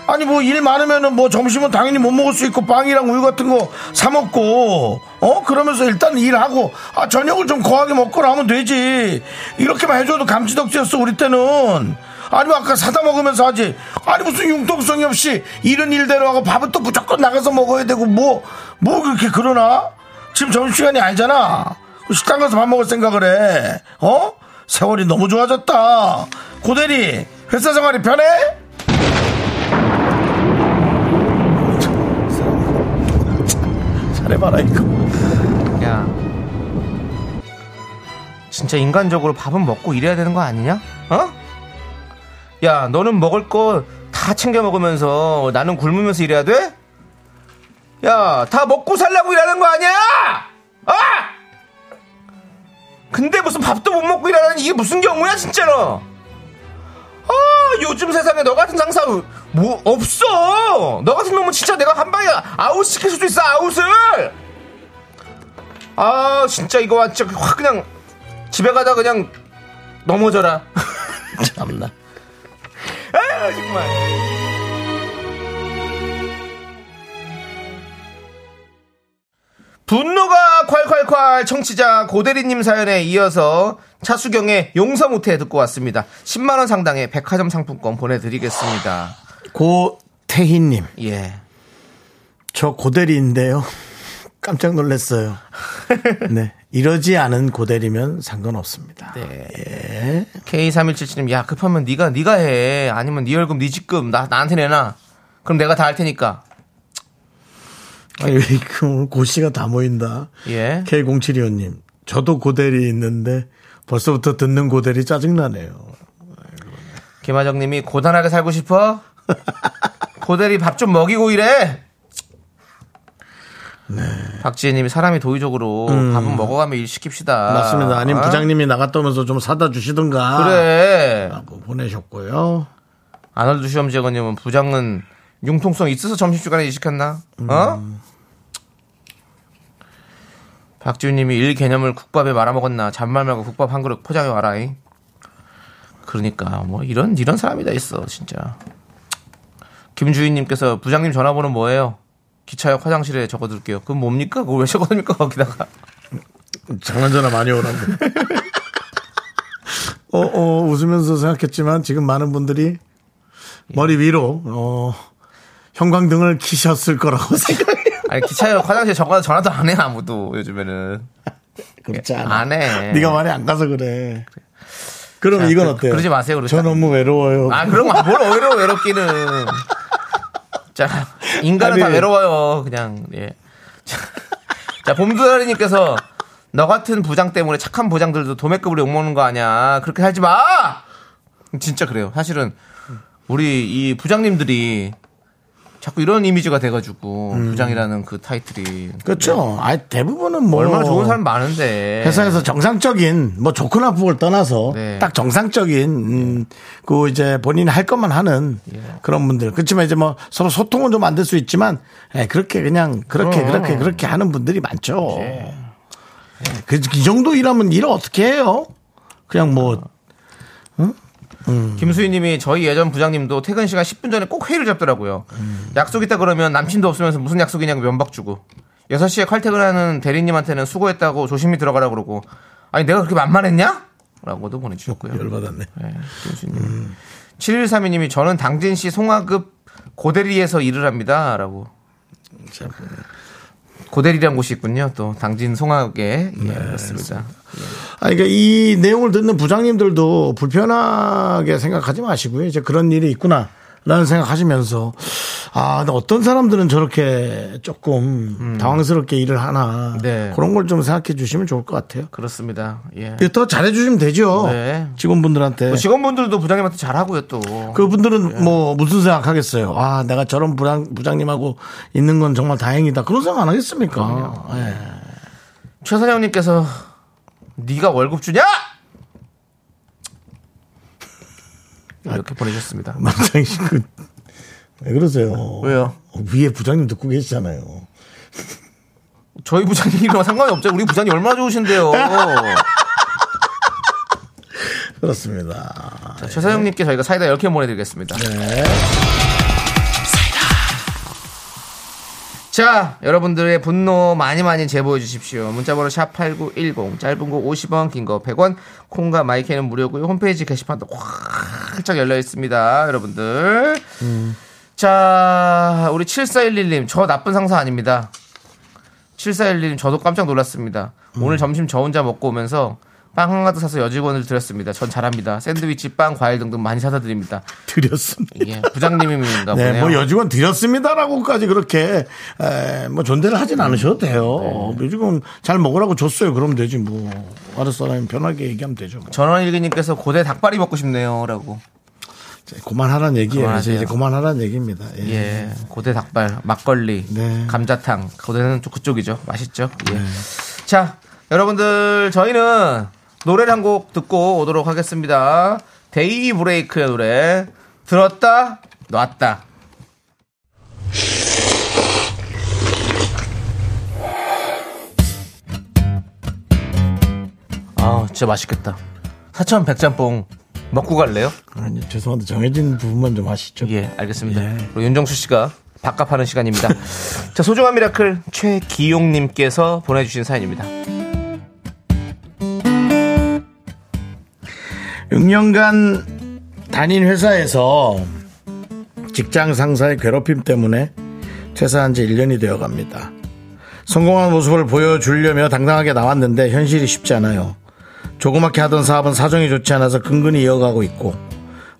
아니 뭐 일 많으면은 뭐 점심은 당연히 못 먹을 수 있고 빵이랑 우유 같은 거 사 먹고 어 그러면서 일단 일하고 아 저녁을 좀 거하게 먹고 하면 되지 이렇게만 해줘도 감지덕지였어 우리 때는 아니면 아까 사다 먹으면서 하지 아니 무슨 융통성이 없이 이런 일대로 하고 밥은 또 무조건 나가서 먹어야 되고 뭐 뭐 그렇게 그러나 지금 점심시간이 아니잖아 식당 가서 밥 먹을 생각을 해 어 세월이 너무 좋아졌다 고대리 회사 생활이 편해? 잘해봐라 이거 야. 진짜 인간적으로 밥은 먹고 일해야 되는 거 아니냐? 어? 야, 너는 먹을 거 다 챙겨 먹으면서 나는 굶으면서 일해야 돼? 야, 다 먹고 살라고 일하는 거 아니야? 아! 근데 무슨 밥도 못 먹고 일하는 이게 무슨 경우야, 진짜로? 아, 요즘 세상에 너 같은 상사 뭐 없어. 너 같은 놈은 진짜 내가 한 방에 아웃 시킬 수도 있어, 아웃을. 아 진짜 이거 완전 확 그냥 집에 가다 그냥 넘어져라 <laughs> 참나 아 정말 분노가 콸콸콸 청취자 고대리님 사연에 이어서 차수경의 용서 못해 듣고 왔습니다 10만원 상당의 백화점 상품권 보내드리겠습니다 고태희님 예 저 고대리인데요 <laughs> 깜짝 놀랐어요 네 이러지 않은 고대리면 상관없습니다 K3177님 야 급하면 네가 네가 해 아니면 네 월급 네 직급 나, 나한테 내놔 그럼 내가 다 할 테니까 아니 왜 이렇게 오늘 고씨가 다 모인다 예 K072호님 저도 고대리 있는데 벌써부터 듣는 고대리 짜증나네요 김하정님이 고단하게 살고 싶어? 고대리 밥 좀 먹이고 이래. 네. 박지혜님이 사람이 도의적으로 밥은 먹어가며 일 시킵시다. 음. 맞습니다 아니면 어? 부장님이 나갔다 오면서 좀 사다 주시든가 그래. 라고 보내셨고요 아놀드 시험제거님은 부장은 융통성 있어서 점심시간에 일시켰나? 어? 박지훈님이 일 개념을 국밥에 말아먹었나? 잔말 말고 국밥 한 그릇 포장해 와라잉. 그러니까 뭐 이런 이런 사람이 다 있어 진짜. 김주인님께서 부장님 전화번호 뭐예요? 기차역 화장실에 적어둘게요. 그건 뭡니까? 그걸 왜 적어둡니까? 거기다가 장난전화 많이 오는데. <laughs> 어, 어, 웃으면서 생각했지만 지금 많은 분들이 머리 위로, 어, 형광등을 키셨을 거라고 <laughs> 생각해요. 아니 기차역 화장실에 적어놔 전화도 안 해 아무도 요즘에는 그렇지 안 해. 아, 네가 많이 안 가서 그래. 그럼 예. 자, 이건 그- 어때요? 그러지 마세요, 그러지 저 마- 너무 외로워요. 아 그런 거 뭘 외로워 외롭기는 자 인간은 다 아니. 외로워요 그냥 예. 자, 자 봄두다리님께서 너 같은 부장 때문에 착한 부장들도 도매급으로 욕먹는 거 아니야 그렇게 살지 마 진짜 그래요 사실은 우리 이 부장님들이 자꾸 이런 이미지가 돼가지고 부장이라는 그 타이틀이 음. 그렇죠. 아 대부분은 뭐 네. 얼마나 좋은 사람 많은데 회사에서 정상적인 뭐 좋고 나쁘고를 떠나서 네. 딱 정상적인 음, 그 이제 본인이 할 것만 하는 예. 그런 분들 그렇지만 이제 뭐 서로 소통은 좀 안 될 수 있지만 예, 그렇게 그냥 그렇게 그럼. 그렇게 그렇게 하는 분들이 많죠. 예, 그, 이 정도 일하면 일을 어떻게 해요? 그냥 뭐 김수희님이 저희 예전 부장님도 퇴근 시간 10분 전에 꼭 회의를 잡더라고요. 약속 있다 그러면 남친도 없으면서 무슨 약속이냐고 면박 주고 6시에 칼퇴근하는 대리님한테는 수고했다고 조심히 들어가라 그러고 아니 내가 그렇게 만만했냐? 라고도 보내주셨고요. 열받았네. 네, 김수희님. 7132님이 저는 당진시 송화급 고대리에서 일을 합니다. 라고. 참. 고대리란 곳이 있군요. 또 당진 송화에 네, 예, 그렇습니다. 아니, 그러니까 이 내용을 듣는 부장님들도 불편하게 생각하지 마시고요. 이제 그런 일이 있구나. 라는 생각하시면서 아 근데 어떤 사람들은 저렇게 조금 당황스럽게 일을 하나 음. 네. 그런 걸 좀 생각해 주시면 좋을 것 같아요. 그렇습니다. 예. 이게 더 잘해 주시면 되죠. 네. 직원분들한테 뭐 네. 직원분들도 부장님한테 잘하고요 또. 그분들은 뭐 무슨 생각하겠어요. 아 내가 저런 부장 부장님하고 있는 건 정말 다행이다. 그런 생각 안 하겠습니까? 예. 최선영님께서 네가 월급 주냐? 이렇게 보내셨습니다. 남창희 씨, 그, 왜 네, 그러세요? 어, 왜요? 위에 부장님 듣고 계시잖아요. 저희 부장님이랑 상관이 없죠. 우리 부장님 얼마나 좋으신데요. 그렇습니다. 자, 최사장님께 저희가 사이다 10개 보내드리겠습니다. 사이다. 자, 여러분들의 분노 많이 많이 제보해 주십시오. 문자번호 샵8910, 짧은 거 50원, 긴 거 100원, 콩과 마이크는 무료고요. 홈페이지 게시판도 활짝 열려 있습니다. 여러분들. 자, 우리 7411님, 저 나쁜 상사 아닙니다. 7411님, 저도 깜짝 놀랐습니다. 음. 오늘 점심 저 혼자 먹고 오면서 빵 한 가득 사서 여직원을 드렸습니다. 전 잘합니다. 샌드위치, 빵, 과일 등등 많이 사다 드립니다. 드렸습니다. 이게 <laughs> 부장님인가 보네요. 네, 뭐 여직원 드렸습니다라고까지 그렇게 에, 뭐 존대를 하진 않으셔도 네. 돼요. 요즘은 잘 먹으라고 줬어요. 그러면 되지 뭐. 알았어, 라면 편하게 얘기하면 되죠. 뭐. 전원일기님께서 고대 닭발이 먹고 싶네요라고. 이제 그만하라는 얘기예요. 그래서 이제 그만하세요. 그만하라는 얘기입니다. 예. 예, 고대 닭발, 막걸리, 네. 감자탕. 고대는 또 그쪽이죠. 맛있죠. 예. 자, 여러분들 저희는 노래를 한 곡 듣고 오도록 하겠습니다. 데이 브레이크의 노래 들었다 놨다. 아, 진짜 맛있겠다. 사천 백짬뽕 먹고 갈래요? 아니, 죄송한데 정해진 부분만 좀 하시죠. 예, 알겠습니다. 예. 그리고 윤정수 씨가 밥값하는 시간입니다. <laughs> 자, 소중한 미라클 최기용님께서 보내주신 사연입니다. 6년간 다닌 회사에서 직장 상사의 괴롭힘 때문에 퇴사한 지 1년이 되어 갑니다. 성공한 모습을 보여주려며 당당하게 나왔는데 현실이 쉽지 않아요. 조그맣게 하던 사업은 사정이 좋지 않아서 근근히 이어가고 있고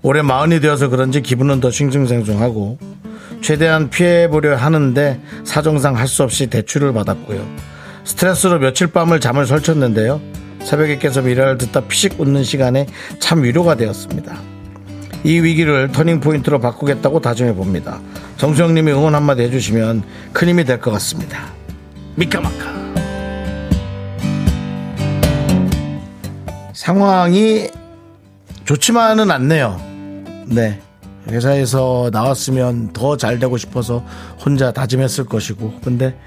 올해 마흔이 되어서 그런지 기분은 더 싱숭생숭하고 최대한 피해보려 하는데 사정상 할 수 없이 대출을 받았고요. 스트레스로 며칠 밤을 잠을 설쳤는데요. 새벽에 깨서 미라를 듣다 피식 웃는 시간에 참 위로가 되었습니다. 이 위기를 터닝포인트로 바꾸겠다고 다짐해 봅니다. 정수영님이 응원 한마디 해주시면 큰 힘이 될 것 같습니다. 미카마카. 상황이 좋지만은 않네요. 네. 회사에서 나왔으면 더 잘 되고 싶어서 혼자 다짐했을 것이고. 근데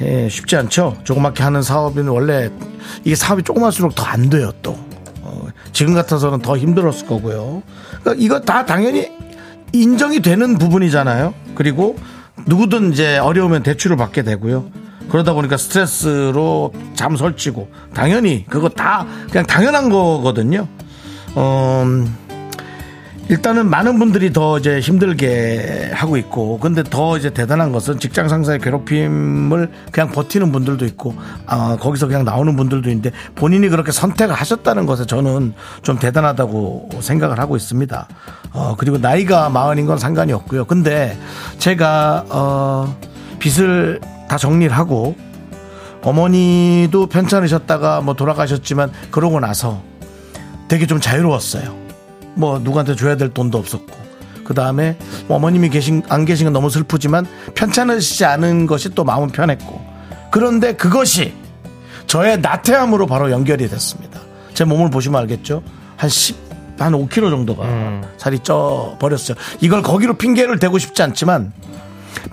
예, 쉽지 않죠. 조그맣게 하는 사업은 원래 이게 사업이 조그만수록 더 안 돼요, 또. 어, 지금 같아서는 더 힘들었을 거고요. 그러니까 이거 다 당연히 인정이 되는 부분이잖아요. 그리고 누구든 이제 어려우면 대출을 받게 되고요. 그러다 보니까 스트레스로 잠 설치고 당연히 그거 다 그냥 당연한 거거든요. 음, 일단은 많은 분들이 더 이제 힘들게 하고 있고, 근데 더 이제 대단한 것은 직장 상사의 괴롭힘을 그냥 버티는 분들도 있고, 아, 거기서 그냥 나오는 분들도 있는데, 본인이 그렇게 선택을 하셨다는 것에 저는 좀 대단하다고 생각을 하고 있습니다. 어, 그리고 나이가 마흔인 건 상관이 없고요. 근데 제가, 어, 빚을 다 정리를 하고, 어머니도 편찮으셨다가 뭐 돌아가셨지만, 그러고 나서 되게 좀 자유로웠어요. 뭐 누구한테 줘야 될 돈도 없었고 그 다음에 어머님이 계신 안 계신 건 너무 슬프지만 편찮으시지 않은 것이 또 마음은 편했고 그런데 그것이 저의 나태함으로 바로 연결이 됐습니다. 제 몸을 보시면 알겠죠. 한 10, 한 5kg 정도가 살이 쪄 버렸어요. 이걸 거기로 핑계를 대고 싶지 않지만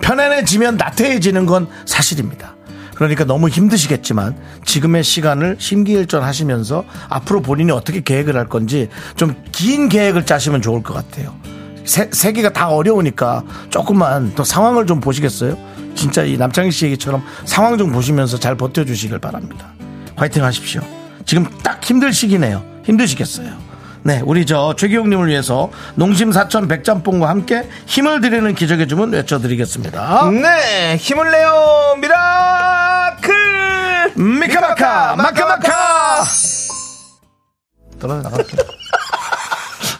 편안해지면 나태해지는 건 사실입니다. 그러니까 너무 힘드시겠지만 지금의 시간을 심기일전하시면서 앞으로 본인이 어떻게 계획을 할 건지 좀 긴 계획을 짜시면 좋을 것 같아요. 세, 세계가 다 어려우니까 조금만 더 상황을 좀 보시겠어요? 진짜 이 남창희 씨 얘기처럼 상황 좀 보시면서 잘 버텨주시길 바랍니다. 화이팅 하십시오. 지금 딱 힘들 시기네요. 힘드시겠어요. 네, 우리 저 최기용님을 위해서 농심 사천 백짬뽕과 함께 힘을 드리는 기적의 주문 외쳐드리겠습니다. 네, 힘을 내요, 미라클! 미카마카 마카마카 떨어져 나갈게요. 네.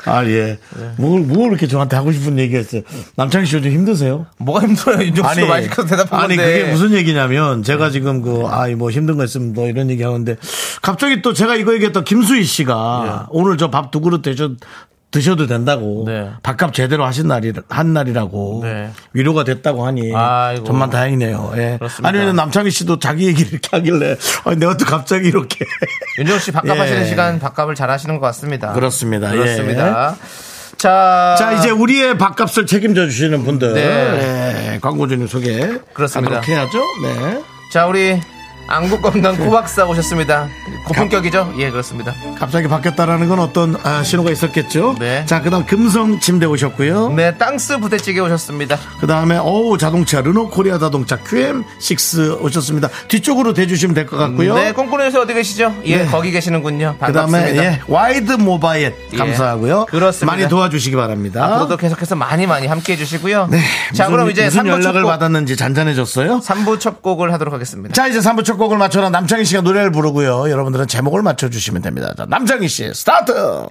아 예. 뭘, 뭘 이렇게 저한테 하고 싶은 얘기했어요. 남창희 씨 요즘 힘드세요? 뭐가 힘들어요, <laughs> 윤종수 씨가 마이크에서 대답한 아니 건데. 그게 무슨 얘기냐면 제가 지금 그 아이 뭐 힘든 거 있으면 너 이런 얘기 하는데 갑자기 또 제가 이거 얘기했던 김수희 씨가 오늘 저 밥 두 그릇 드셔 드셔도 된다고 예. 네. 밥값 제대로 하신 날이 한 날이라고 네. 위로가 됐다고 하니 아이고. 정말 다행이네요. 예. 그렇습니다. 아니면 남창희 씨도 자기 얘기를 이렇게 하길래 아니, 내가 또 갑자기 이렇게 <laughs> 윤정수 씨 밥값 예. 하시는 시간 밥값을 잘 하시는 것 같습니다. 그렇습니다. 예. 그렇습니다. 자, 자, 이제 우리의 밥값을 책임져 주시는 분들. 네. 네, 광고주님 소개. 그렇습니다. 하도록 해야죠. 네. 자 우리 안국건강 코박사 오셨습니다. 고품격이죠? 예, 그렇습니다. 갑자기 바뀌었다라는 건 어떤 아, 신호가 있었겠죠? 네. 자, 그 다음 금성 침대 오셨고요. 네, 땅스 부대찌개 오셨습니다. 그 다음에 어우 자동차 르노 코리아 자동차 QM6 오셨습니다. 뒤쪽으로 대주시면 될 것 같고요. 네, 꽁꾸는 요새 어디 계시죠? 예, 네. 거기 계시는군요. 그 다음에 반갑습니다. 예, 와이드 모바일 예. 감사하고요. 그렇습니다. 많이 도와주시기 바랍니다. 앞으로도 아, 계속해서 많이 많이 함께 해주시고요. 네. 자, 무슨- 그럼 이제 무슨 3부 첫 연락을 곡, 받았는지 잔잔해졌어요. 3부 첫 곡을 하도록 하겠습니다. 자 이제 3부 첫 곡을 맞춰라 남창희 씨가 노래를 부르고요. 여러분들은 제목을 맞춰주시면 됩니다. 자, 남창희 씨 스타트. 요,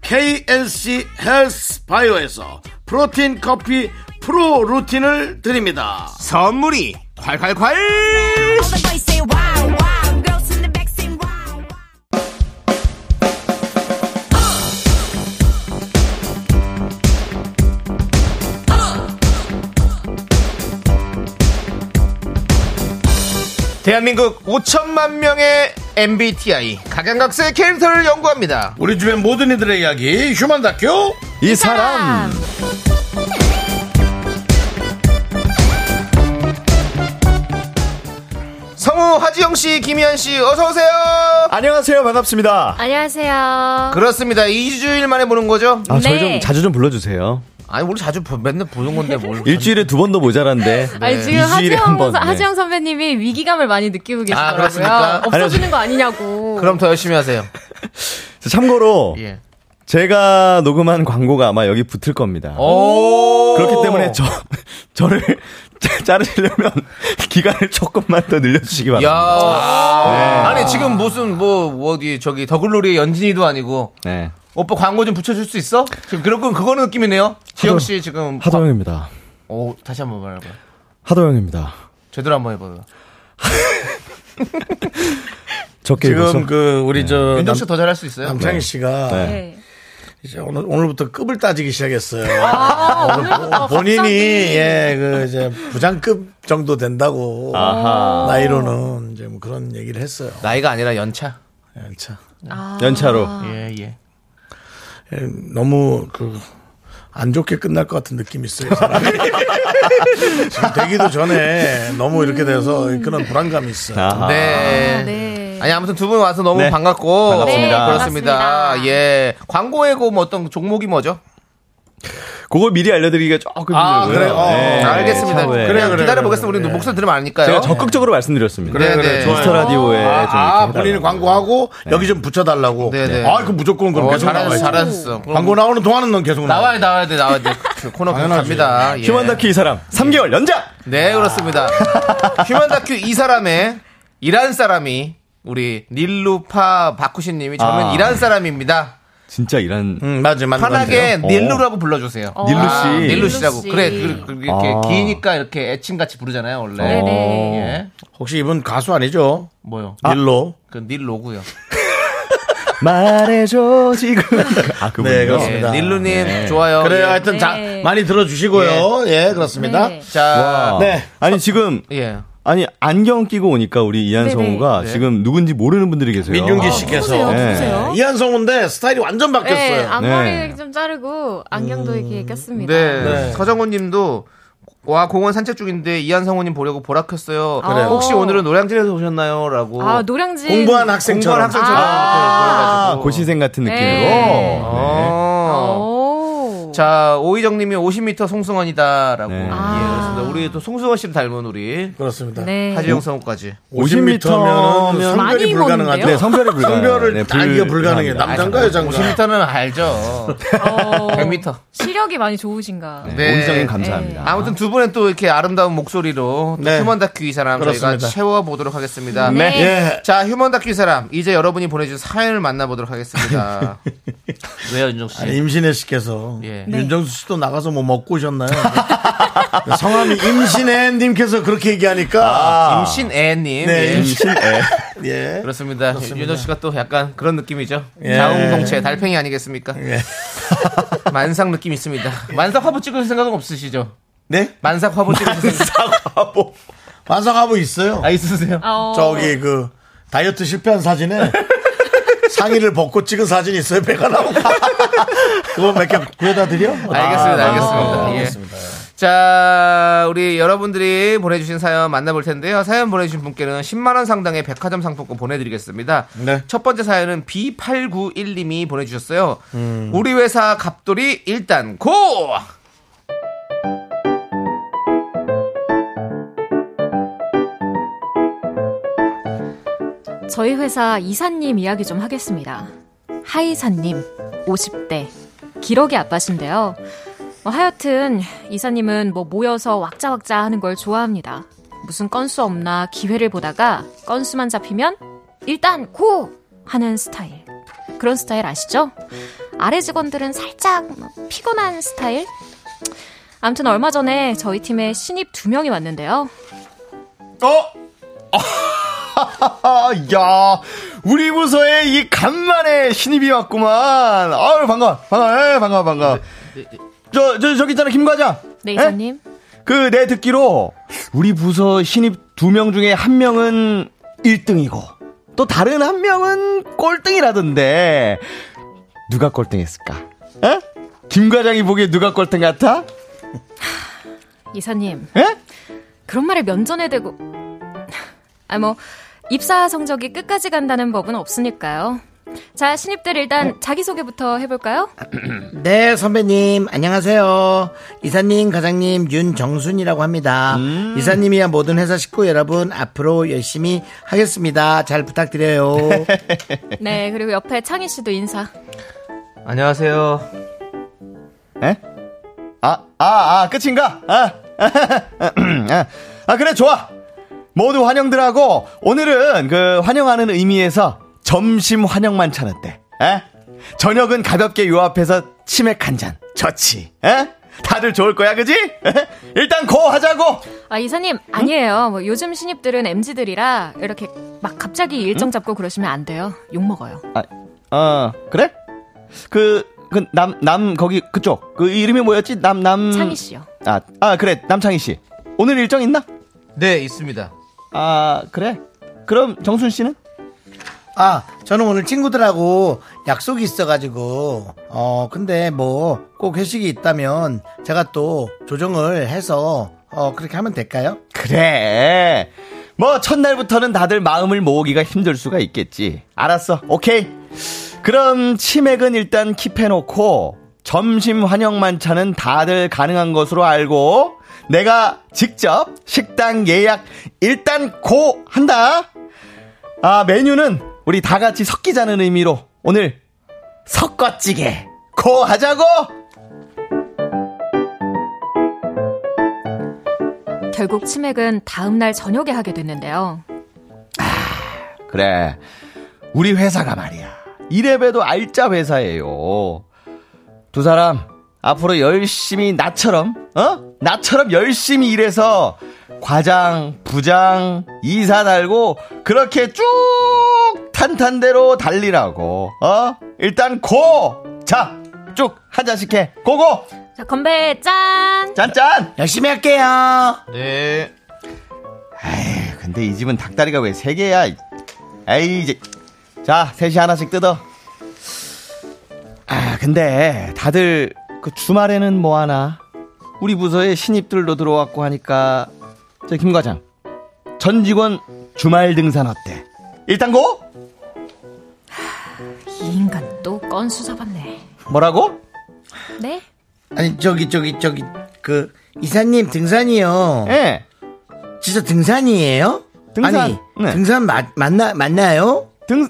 KNC 헬스 바이오에서 프로틴 커피 프로 루틴을 드립니다 선물이 콸콸콸! All the boys say wow, wow, girls in the back say wow, wow. 대한민국 5천만 명의 MBTI 각양각색 캐릭터를 연구합니다. 우리 주변 모든 이들의 이야기 휴먼 다큐 이 사람 성우 하지영 씨, 김희연 씨, 어서 오세요. 안녕하세요 반갑습니다. 안녕하세요. 그렇습니다. 2주일 만에 보는 거죠? 아, 저희 네. 좀 자주 좀 불러주세요. 아니 우리 자주 보- 맨날 보는 건데 뭘? 예, 일주일에 두 <laughs> 번도 모자란데. 네. 네. 아니 지금 일주일에 한 하지영 번, 선- 네. 하지영 선배님이 위기감을 많이 느끼고 계시더라고요. 그렇습니까? 없어지는 거 아니냐고. 그럼 더 열심히 하세요. 참고로 예. 제가 녹음한 광고가 아마 여기 붙을 겁니다. 오. 그렇기 때문에 저 저를 <laughs> 자르시려면 <laughs> 기간을 조금만 더 늘려주시기 야. 바랍니다. 아니 지금 무슨 뭐 어디 저기 더글로리의 연진이도 아니고 네. 오빠 광고 좀 붙여줄 수 있어? 지금 그런 그거는 느낌이네요. 지영 씨 지금 광- 하도영입니다. 오 다시 한번 말해봐. 요 하도영입니다. 제대로 한번 해봐요. 적게 입어서. 지금 그 우리 저 윤정 남, 씨더 잘할 수 있어요. 남창희 씨가 네. 네. 이제 오늘, 오늘부터 급을 따지기 시작했어요. 아, 오늘부터 본인이 갑자기. 예 그 이제 부장급 정도 된다고 아하. 나이로는 이제 뭐 그런 얘기를 했어요. 나이가 아니라 연차. 예, 참. 연차로. 예 예. 예, 너무 그 안 좋게 끝날 것 같은 느낌이 있어요. 사람이. 지금 되기도 전에 너무 이렇게 돼서 그런 불안감이 있어요. 아하. 네. 네. 아니 아무튼 두 분 와서 너무 네. 반갑고 반갑습니다. 네, 그렇습니다. 반갑습니다. 예. 광고의 고뭐 어떤 종목이 뭐죠? 그걸 미리 알려드리기가 조금 아, 힘들고요. 그래요? 네. 어, 알겠습니다. 차후에. 그냥 그래요, 기다려 보겠습니다. 우리 그래요. 목소리 들으면 아니까요. 제가 적극적으로 말씀드렸습니다. 그래, 그래, 좋아요. 네. 미스터 라디오에 아, 좀 아, 이렇게 본인이 해달라고. 광고하고 여기 좀 붙여달라고. 네, 네. 아, 그 무조건 그럼 어, 계속 잘하셨어, 나와야지. 잘하셨어. 그럼 광고 나오는 동안은 넌 계속 나와. 나와야 나와야 돼, 나와야 돼. 그 코너 계속 당연하지. 갑니다. 예. 휴먼 다큐 이 사람 3개월 연장. 네, 그렇습니다. 휴먼 다큐 이 사람의 이란 사람이 우리 닐루파 바쿠신 님이 저는 아. 이란 사람입니다. 진짜 일한 음, 맞아, 맞아. 편하게 어. 닐루라고 불러주세요. 닐루 씨. 아, 닐루 닐루 씨라고. 씨. 그래, 그, 그, 이렇게 아. 기니까 이렇게 애칭같이 부르잖아요, 원래. 네네. 예. 혹시 이분 가수 아니죠? 뭐요? 일로. 그 닐로고요. 말해줘 지금. 아 그분요. 네, 예, 그렇습니다. 닐루님 좋아요. 그래요. 예. 하여튼 네. 자, 많이 들어주시고요. 예, 그렇습니다. 어. 네. 자, 네. 아니 지금 예. 아니 안경 끼고 오니까 우리 이한성우가 네. 지금 누군지 모르는 분들이 계세요. 민윤기 누구세요? 씨께서 네. 누구세요? 어. 이한성우인데 스타일이 완전 바뀌었어요. 네, 앞머리 네. 좀 자르고 안경도 이렇게 꼈습니다. 네. 네. 서정호 님도 와 공원 산책 중인데 이한성우님 보려고 보라 켰어요. 그래요. 혹시 오늘은 노량진에서 오셨나요?라고. 아, 노량진. 공부한 공부한 학생처럼. 학생처럼. 아. 이렇게 보여가지고. 고시생 같은 느낌으로. 네. 네. 어. 오. 자, 오희정님이 50m 송승헌이다라고. 네. 예, 그렇습니다. 우리 또 송승헌 씨를 닮은 우리 그렇습니다. 네. 하지영 성우까지. 50m면 50m 면 성별이 많이 불가능한데. 먹는데요? 네, 성별이 불가능. 성별을 네, 다 알기가 불- 불가능해. 불가능합니다. 남잔가 여잔가. 50m는 알죠. 어, <laughs> 100m. 시력이 많이 좋으신가. 네. 오희정님 감사합니다. 아무튼 두 분은 또 이렇게 아름다운 목소리로 또 네. 휴먼 다큐 이 사람 그렇습니다. 저희가 채워보도록 하겠습니다. 네. 예. 자, 휴먼 다큐 이 사람 이제 여러분이 보내준 사연을 만나보도록 하겠습니다. <laughs> 왜요, 윤정 씨? 아니, 예. 임신혜 씨께서 예. 네. 윤정수 씨도 나가서 뭐 먹고 오셨나요? <laughs> 성함이 임신혜 님께서 그렇게 얘기하니까 임신애님. 네, 아, 예. 임신 예. 그렇습니다. 윤정 씨가 또 약간 그런 느낌이죠. 예. 자웅동체 달팽이 아니겠습니까? 예. <laughs> 만삭 느낌 있습니다. 만삭 화보 찍을 생각은 없으시죠? 네? 만삭 화보 찍을 생각 사과하고 반성하고 있어요. 아 있으세요? 어, 저기 그 다이어트 실패한 <laughs> 사진에 상의를 벗고 찍은 사진이 있어요. 배가 <laughs> 나오고. 그거 몇 개 구해다 드려? 아, 알겠습니다, 어, 알겠습니다. 아, 예. 알겠습니다. 자, 우리 여러분들이 보내주신 사연 만나볼 텐데요. 사연 보내주신 분께는 10만원 상당의 백화점 상품권 보내드리겠습니다. 네. 첫 번째 사연은 B891님이 보내주셨어요. 음. 우리 회사 갑돌이 일단 고! 저희 회사 이사님 이야기 좀 하겠습니다. 하이사님, 50대. 기러기 아빠신데요. 뭐 하여튼, 이사님은 뭐 모여서 왁자왁자 하는 걸 좋아합니다. 무슨 건수 없나 기회를 보다가 건수만 잡히면 일단 고! 하는 스타일. 그런 스타일 아시죠? 아래 직원들은 살짝 피곤한 스타일? 아무튼 얼마 전에 저희 팀에 신입 두 명이 왔는데요. 어? <laughs> 야, 우리 부서에 이 간만에 신입이 왔구만. 아유, 반가, 반가, 예, 반가, 반가. 저, 저, 저기 있잖아, 김과장. 네, 예? 이사님. 그, 내 듣기로, 우리 부서 신입 두 명 중에 한 명은 1등이고, 또 다른 한 명은 꼴등이라던데, 누가 꼴등했을까? 에? 김과장이 보기에 누가 꼴등 같아? 이사님. 에? 그런 말을 면전에 대고 아 뭐 입사 성적이 끝까지 간다는 법은 없으니까요. 자 신입들 일단 자기 소개부터 해볼까요? 네, 선배님, 안녕하세요. 이사님, 과장님, 윤정순이라고 합니다. 음. 이사님이야 모든 회사 식구 여러분, 앞으로 열심히 하겠습니다. 잘 부탁드려요. <laughs> 네 그리고 옆에 창희 씨도 인사. 안녕하세요. 에? 아, 아, 아, 끝인가? 아, 아, <clears throat> 아, 그래, 좋아. 모두 환영들 하고, 오늘은 그 환영하는 의미에서 점심 환영만 차는 때, 에? 저녁은 가볍게 요 앞에서 치맥 한 잔. 좋지, 에? 다들 좋을 거야, 그지? 에? 일단 고 하자고! 아 이사님 아니에요. 뭐 요즘 신입들은 mz들이라 이렇게 막 갑자기 일정 잡고 그러시면 안 돼요. 욕 먹어요. 아, 어, 그래? 그, 그, 남, 남, 거기, 그쪽. 그 이름이 뭐였지? 남, 남. 창희 씨요. 아, 아, 그래, 남창희 씨. 오늘 일정 있나? 네, 있습니다. 아 그래? 그럼 정순 씨는? 아, 저는 오늘 친구들하고 약속이 있어가지고, 어, 근데 뭐 꼭 회식이 있다면 제가 또 조정을 해서, 어, 그렇게 하면 될까요? 그래. 뭐 첫날부터는 다들 마음을 모으기가 힘들 수가 있겠지. 알았어. 오케이. 그럼 치맥은 일단 킵해놓고 점심 환영 만찬은 다들 가능한 것으로 알고 내가 직접 식당 예약 일단 고 한다. 아 메뉴는 우리 다 같이 섞이자는 의미로 오늘 섞어찌개 고 하자고. 결국 치맥은 다음 날 저녁에 하게 됐는데요. 그래. 우리 회사가 말이야. 이래봬도 알짜 회사예요. 두 사람, 앞으로 열심히 나처럼, 어? 나처럼 열심히 일해서 과장, 부장, 이사 달고 그렇게 쭉 탄탄대로 달리라고, 어? 일단 고! 자, 쭉 한 잔씩 해. 고고! 자 건배 짠. 짠짠! 열심히 할게요. 네. 에이, 근데 이 집은 닭다리가 왜 세 개야? 에이, 이제. 자, 셋이 하나씩 뜯어. 아, 근데 다들 그 주말에는 뭐 하나? 우리 부서에 신입들도 들어왔고 하니까. 저, 김과장. 전 직원 주말 등산 어때? 일단 고? 이 인간 또 건수 잡았네. 뭐라고? 네? 아니 저기 저기 저기 그 이사님 등산이요. 예. 진짜 등산이에요? 등산. 아니 네. 등산 맞 맞나 맞나요? 등,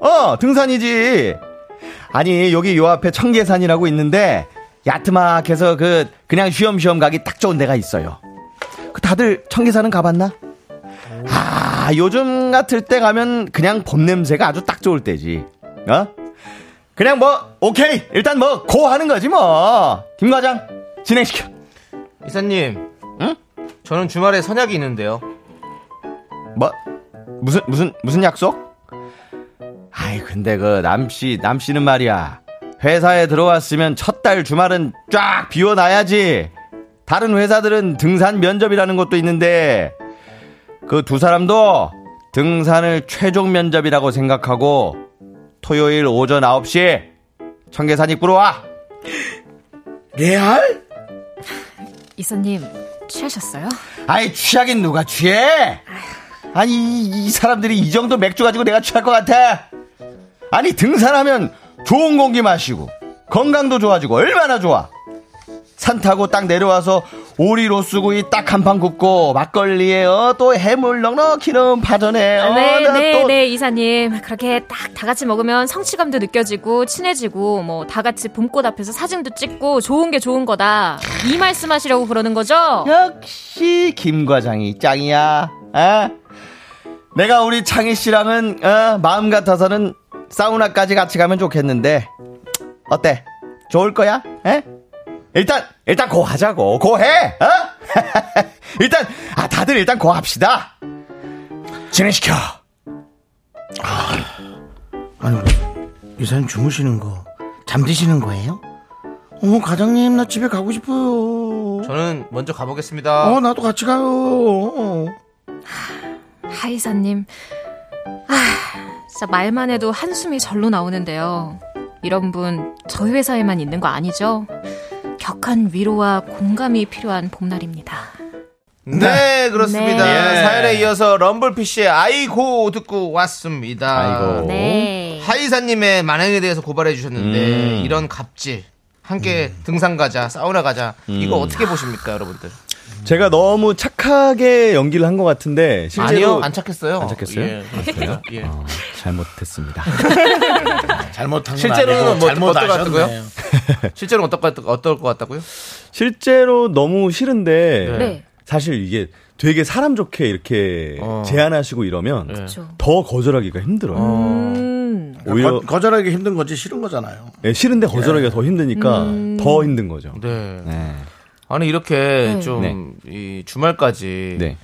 어, 등산이지. 아니, 여기 요 앞에 청계산이라고 있는데, 야트막해서 그, 그냥 쉬엄쉬엄 가기 딱 좋은 데가 있어요. 그 다들 청계산은 가봤나? 아, 요즘 같을 때 가면 그냥 봄 냄새가 아주 딱 좋을 때지. 어? 그냥 뭐, 오케이. 일단 뭐, 고 하는 거지 뭐. 김과장, 진행시켜. 이사님. 응? 저는 주말에 선약이 있는데요. 뭐 무슨 무슨 무슨 약속? 아이 근데 그 남씨 남씨는 말이야 회사에 들어왔으면 첫 달 주말은 쫙 비워놔야지 다른 회사들은 등산 면접이라는 것도 있는데 그 두 사람도 등산을 최종 면접이라고 생각하고 토요일 오전 9시 청계산 입구로 와 레알? 이사님 취하셨어요? 아이 취하긴 누가 취해? 아니 이, 이 사람들이 이 정도 맥주 가지고 내가 취할 것 같아? 아니 등산하면 좋은 공기 마시고 건강도 좋아지고 얼마나 좋아? 산 타고 딱 내려와서 오리로 쓰고이 딱 한 판 굽고 막걸리에 어, 또 해물 넉넉히 넣은 파전에 어, 네, 나 네, 또- 네, 이사님. 그렇게 딱 다 같이 먹으면 성취감도 느껴지고 친해지고 뭐 다 같이 봄꽃 앞에서 사진도 찍고 좋은 게 좋은 거다. 이 말씀하시려고 그러는 거죠? 역시 김 과장이 짱이야. 에? 내가 우리 창희 씨랑은 어, 마음 같아서는 사우나까지 같이 가면 좋겠는데 어때? 좋을 거야? 에? 일단 일단 고 하자고 고해. 어? <laughs> 일단 아 다들 일단 고 합시다. 진행시켜. 아니 이사님 주무시는 거 잠드시는 거예요? 어머 과장님 나 집에 가고 싶어요. 저는 먼저 가보겠습니다. 어 나도 같이 가요. 어. 하 이사님. 아, 진짜 말만 해도 한숨이 절로 나오는데요. 이런 분 저희 회사에만 있는 거 아니죠? 격한 위로와 공감이 필요한 봄날입니다. 네, 그렇습니다. 네. 예. 사연에 이어서 럼블피쉬의 아이고 듣고 왔습니다. 아이고. 네. 하이사님의 만행에 대해서 고발해 주셨는데 음. 이런 갑질 함께 등산 가자 사우나 가자 음. 이거 어떻게 보십니까 여러분들? 제가 너무 착하게 연기를 한 것 같은데 아니요 안 착했어요. 안 착했어요? 예, 그렇습니다. <laughs> 예. 잘못했습니다. 잘못한 건 실제로는 아니고 뭐 잘못 어떤 것 아셨네요. 같은가요? 실제로 어떨 것, 같- 어떨 것 같다고요? <laughs> 실제로 너무 싫은데 네. 사실 이게 되게 사람 좋게 이렇게 어. 네. 제안하시고 이러면 그렇죠. 더 거절하기가 힘들어요. 음, 그러니까 오히려 거, 절하기 힘든 거지 싫은 거잖아요. 예, 싫은데 거절하기가 음. 더 힘드니까 더 힘든 거죠. 네. 아니 이렇게 네. 좀 이 주말까지 네.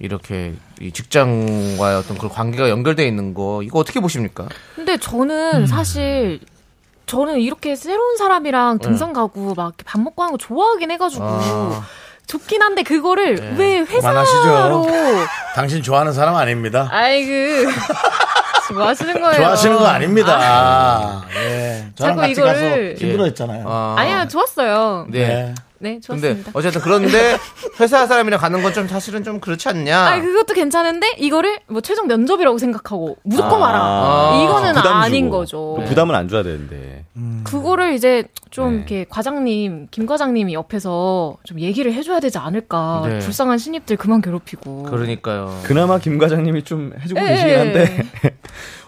이렇게 이 직장과의 어떤 그 관계가 연결돼 있는 거 이거 어떻게 보십니까? 근데 저는 사실 저는 이렇게 새로운 사람이랑 등산 가고 막 이렇게 밥 먹고 하는 거 좋아하긴 해가지고 좋긴 한데 그거를 왜 회사로 당신 좋아하는 사람 아닙니다. 아이고 지금 뭐 하시는 거예요? 좋아하시는 거 아닙니다. 예. 저랑 자꾸 같이 이거를- 가서 힘들어했잖아요. 아, 아니야 좋았어요. 네. 네. 네 근데 좋았습니다. 어쨌든 그런데 회사 사람이랑 가는 건 좀 사실은 좀 그렇지 않냐? 아 그것도 괜찮은데 이거를 뭐 최종 면접이라고 생각하고 무조건 와라 아. 이거는 부담 아닌 주고. 거죠. 또 부담을 안 줘야 되는데 그거를 이제 좀 이렇게 과장님, 김 과장님이 옆에서 좀 얘기를 해줘야 되지 않을까. 네. 불쌍한 신입들 그만 괴롭히고. 그러니까요. 그나마 김 과장님이 좀 해주고 예, 계시긴 한데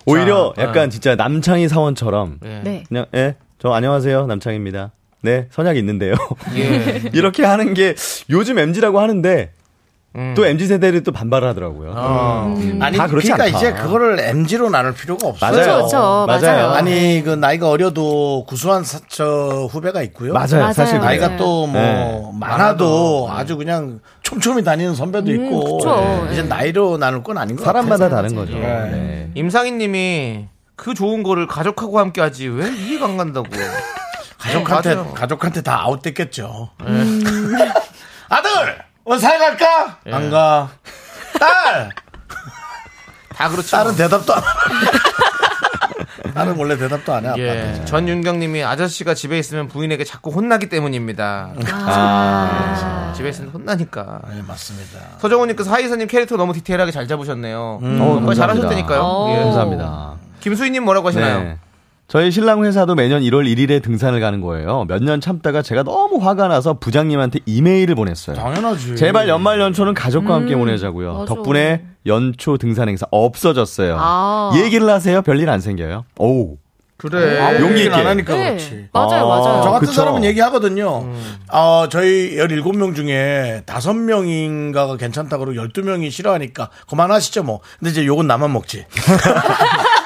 오히려 자, 약간 어. 진짜 남창희 사원처럼 예. 네. 그냥 예 저 안녕하세요 남창입니다. 네 선약 있는데요. 예. 이렇게 하는 게 요즘 MZ라고 하는데 음. 또 MZ 세대를 또 반발하더라고요. 어. 아니, 다 그렇지 그러니까 않다. 이제 그거를 MG로 나눌 필요가 없어요. 맞아요. 그렇죠, 그렇죠. 맞아요. 맞아요. 아니, 그 나이가 어려도 구수한 사, 저 후배가 있고요. 맞아요. 맞아요. 사실 그래요. 나이가 네. 또 뭐 네. 많아도 아주 그냥 촘촘히 다니는 선배도 있고 네. 그쵸. 이제 나이로 나눌 건 아닌 것 사람마다 같아요. 다른 거죠. 네. 네. 임상희님이 그 좋은 거를 가족하고 함께 하지 왜 이해가 안 간다고. 가족한테 맞아요. 가족한테 다 아웃됐겠죠. <laughs> 아들 오늘 사회 갈까? 안 가. 딸 다 그렇죠. 딸은 대답도 안. 해. 딸은 원래 대답도 안 해. 아빠. 예. 전윤경님이 아저씨가 집에 있으면 부인에게 자꾸 혼나기 때문입니다. 아. 집에 있으면 혼나니까. 네 맞습니다. 서정훈님께서 하이사님 캐릭터 너무 디테일하게 잘 어, 잡으셨네요. 정말 감사합니다. 잘하셨다니까요. 오. 예. 감사합니다. 김수희님 뭐라고 하시나요? 네. 저희 신랑 회사도 매년 1월 1일에 등산을 가는 거예요. 몇 년 참다가 제가 너무 화가 나서 부장님한테 이메일을 보냈어요. 아, 당연하지. 제발 연말 연초는 가족과 함께 보내자고요. 맞아. 덕분에 연초 등산 행사 없어졌어요. 아. 얘기를 하세요. 별일 안 생겨요. 오. 그래. 아, 용기 얘기를 있게. 안 하니까 네. 그렇지. 맞아요, 아, 맞아요. 저 같은 그쵸. 음. 사람은 얘기하거든요. 아, 저희 17명 중에 5명인가가 괜찮다고 그러고 12명이 싫어하니까 그만하시죠 뭐. 근데 이제 욕은 나만 먹지.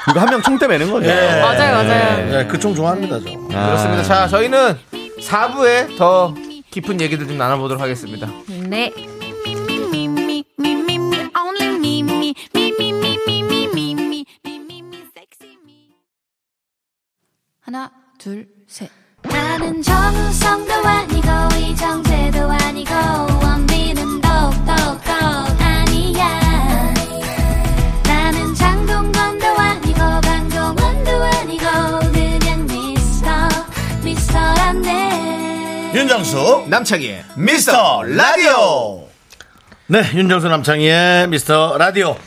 이거 한 명 총대 매는 거죠. 네. 네. 맞아요, 맞아요. 네, 그총 좋아합니다, 저. 그렇습니다. 자, 저희는 4부에 더 깊은 얘기들 좀 나눠보도록 하겠습니다. 네. me, me, me, me, me, only me, me, me, me, me, me, me, me, me, me, me, me, sexy me. 하나, 둘, 셋. 나는 정우성도 아니고 이정재도 아니고 원빈은 더욱더 아니야 나는 장동건도 아니고 방종원도 아니고 그냥 미스터 예? 미스터란데 윤정수 남창희의 미스터 라디오. 네, 윤정수 남창희의 미스터 라디오.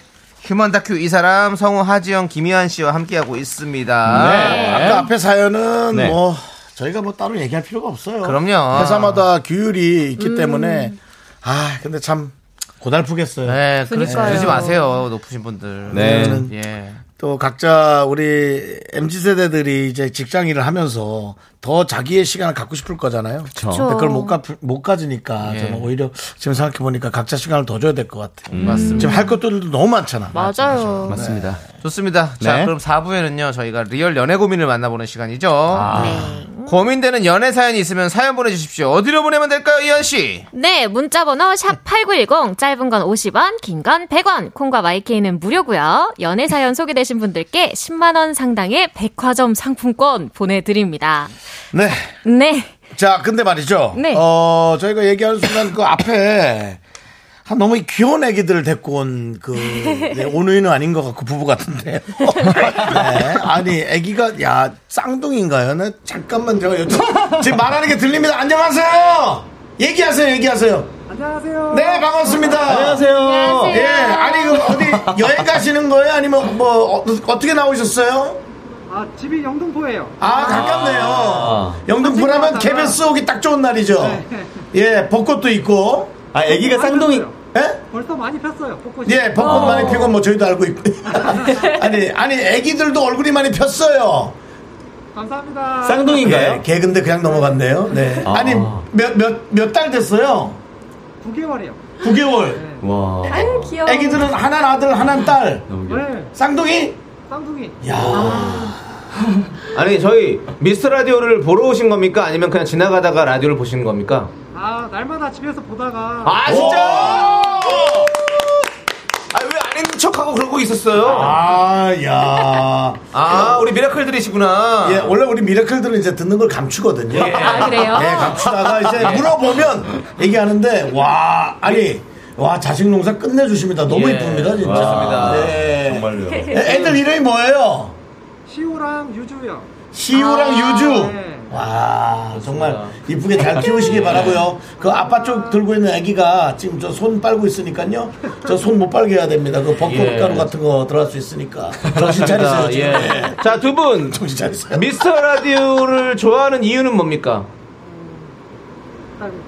휴먼 다큐 이 사람 성우 하지영 김희한 씨와 함께하고 있습니다. 아까 앞에 사연은 네. 뭐 저희가 뭐 따로 얘기할 필요가 없어요. 그럼요. 회사마다 규율이 음. 있기 때문에 아, 근데 참 고달프겠어요. 네, 그러지, 그러니까요. 그러지 마세요. 높으신 분들. 네. 예. 또 각자 우리 MZ 세대들이 이제 직장 일을 하면서 더 자기의 시간을 갖고 싶을 거잖아요. 그렇죠. 근데 그걸 못, 가, 못 가지니까 예. 저는 오히려 지금 생각해 보니까 각자 시간을 더 줘야 될 것 같아요. 음. 맞습니다. 지금 할 것들도 너무 많잖아. 맞아요. 맞습니다. 좋습니다. 자, 네. 그럼 4부에는요, 저희가 리얼 연애 고민을 만나보는 시간이죠. 고민되는 연애 사연이 있으면 사연 보내주십시오. 어디로 보내면 될까요, 이현 씨? 네, 문자번호 샵8910, 짧은 건 50원, 긴 건 100원, 콩과 마이케이는 무료고요 연애사연 소개되신 분들께 10만원 상당의 백화점 상품권 보내드립니다. 네. 네. 자, 근데 말이죠. 네. 어, 저희가 얘기하는 순간 그 앞에 한 너무 귀여운 애기들을 데리고 온 그, 네, 오누이는 아닌 것 같고 부부 같은데. <laughs> 네. 아니, 애기가, 야, 쌍둥이인가요? 네, 잠깐만 제가 여쭤. 지금 말하는 게 들립니다. 안녕하세요! 얘기하세요, 얘기하세요. 안녕하세요. 네, 반갑습니다. 안녕하세요. 예, 아니, 그 어디 여행 가시는 거예요? 아니면 뭐, 어, 떻게 나오셨어요? 아 집이 영등포예요. 아, 가깝네요. 아, 영등포라면 개베스 오기 딱 좋은 날이죠. 네. 예, 벚꽃도 있고. 아, 애기가 쌍둥이. 예? 벌써 많이 폈어요. 벚꽃이. 예, 벚꽃 많이 피고 뭐 저희도 알고 <laughs> 있고. 아니, 아니, 애기들도 얼굴이 많이 폈어요. 감사합니다. 예, 쌍둥이인가요? 개 근데 그냥 넘어갔네요. 네. 아. 아니, 몇, 몇, 몇 달 됐어요? 9개월이요. 9개월. 와. 귀여워. 애기들은 하나는 아들, 하나는 딸. 너무 귀여워. 네. 쌍둥이? 쌍둥이. 야 아니, 저희 미스터 라디오를 보러 오신 겁니까? 아니면 그냥 지나가다가 라디오를 보신 겁니까? 아 날마다 집에서 보다가 아, 진짜! 아, 왜 안 했는 척하고 그러고 있었어요? 아, 야. 아, 우리 미라클들이시구나. 예, 원래 우리 미라클들은 이제 듣는 걸 감추거든요. 아, 그래요? 예, 감추다가 이제 물어보면 얘기하는데 와 아니 와 자식 농사 끝내주십니다. 너무 예, 이쁩니다 진짜. 맞습니다. 네. 정말요. 애- 애들 이름이 뭐예요? 시우랑 유주요. 시우랑 유주. 네. 와 정말 이쁘게 잘 키우시길 바라고요. 그 아빠 쪽 들고 있는 아기가 지금 저 손 빨고 있으니까요. 저 손 못 빨게 해야 됩니다. 그 벚꽃 예. 가루 같은 거 들어갈 수 있으니까 정신 차리세요. 자, 지금. 예. 예. 자, 두 분. 정신 차리세요. 미스터 라디오를 좋아하는 이유는 뭡니까? 음,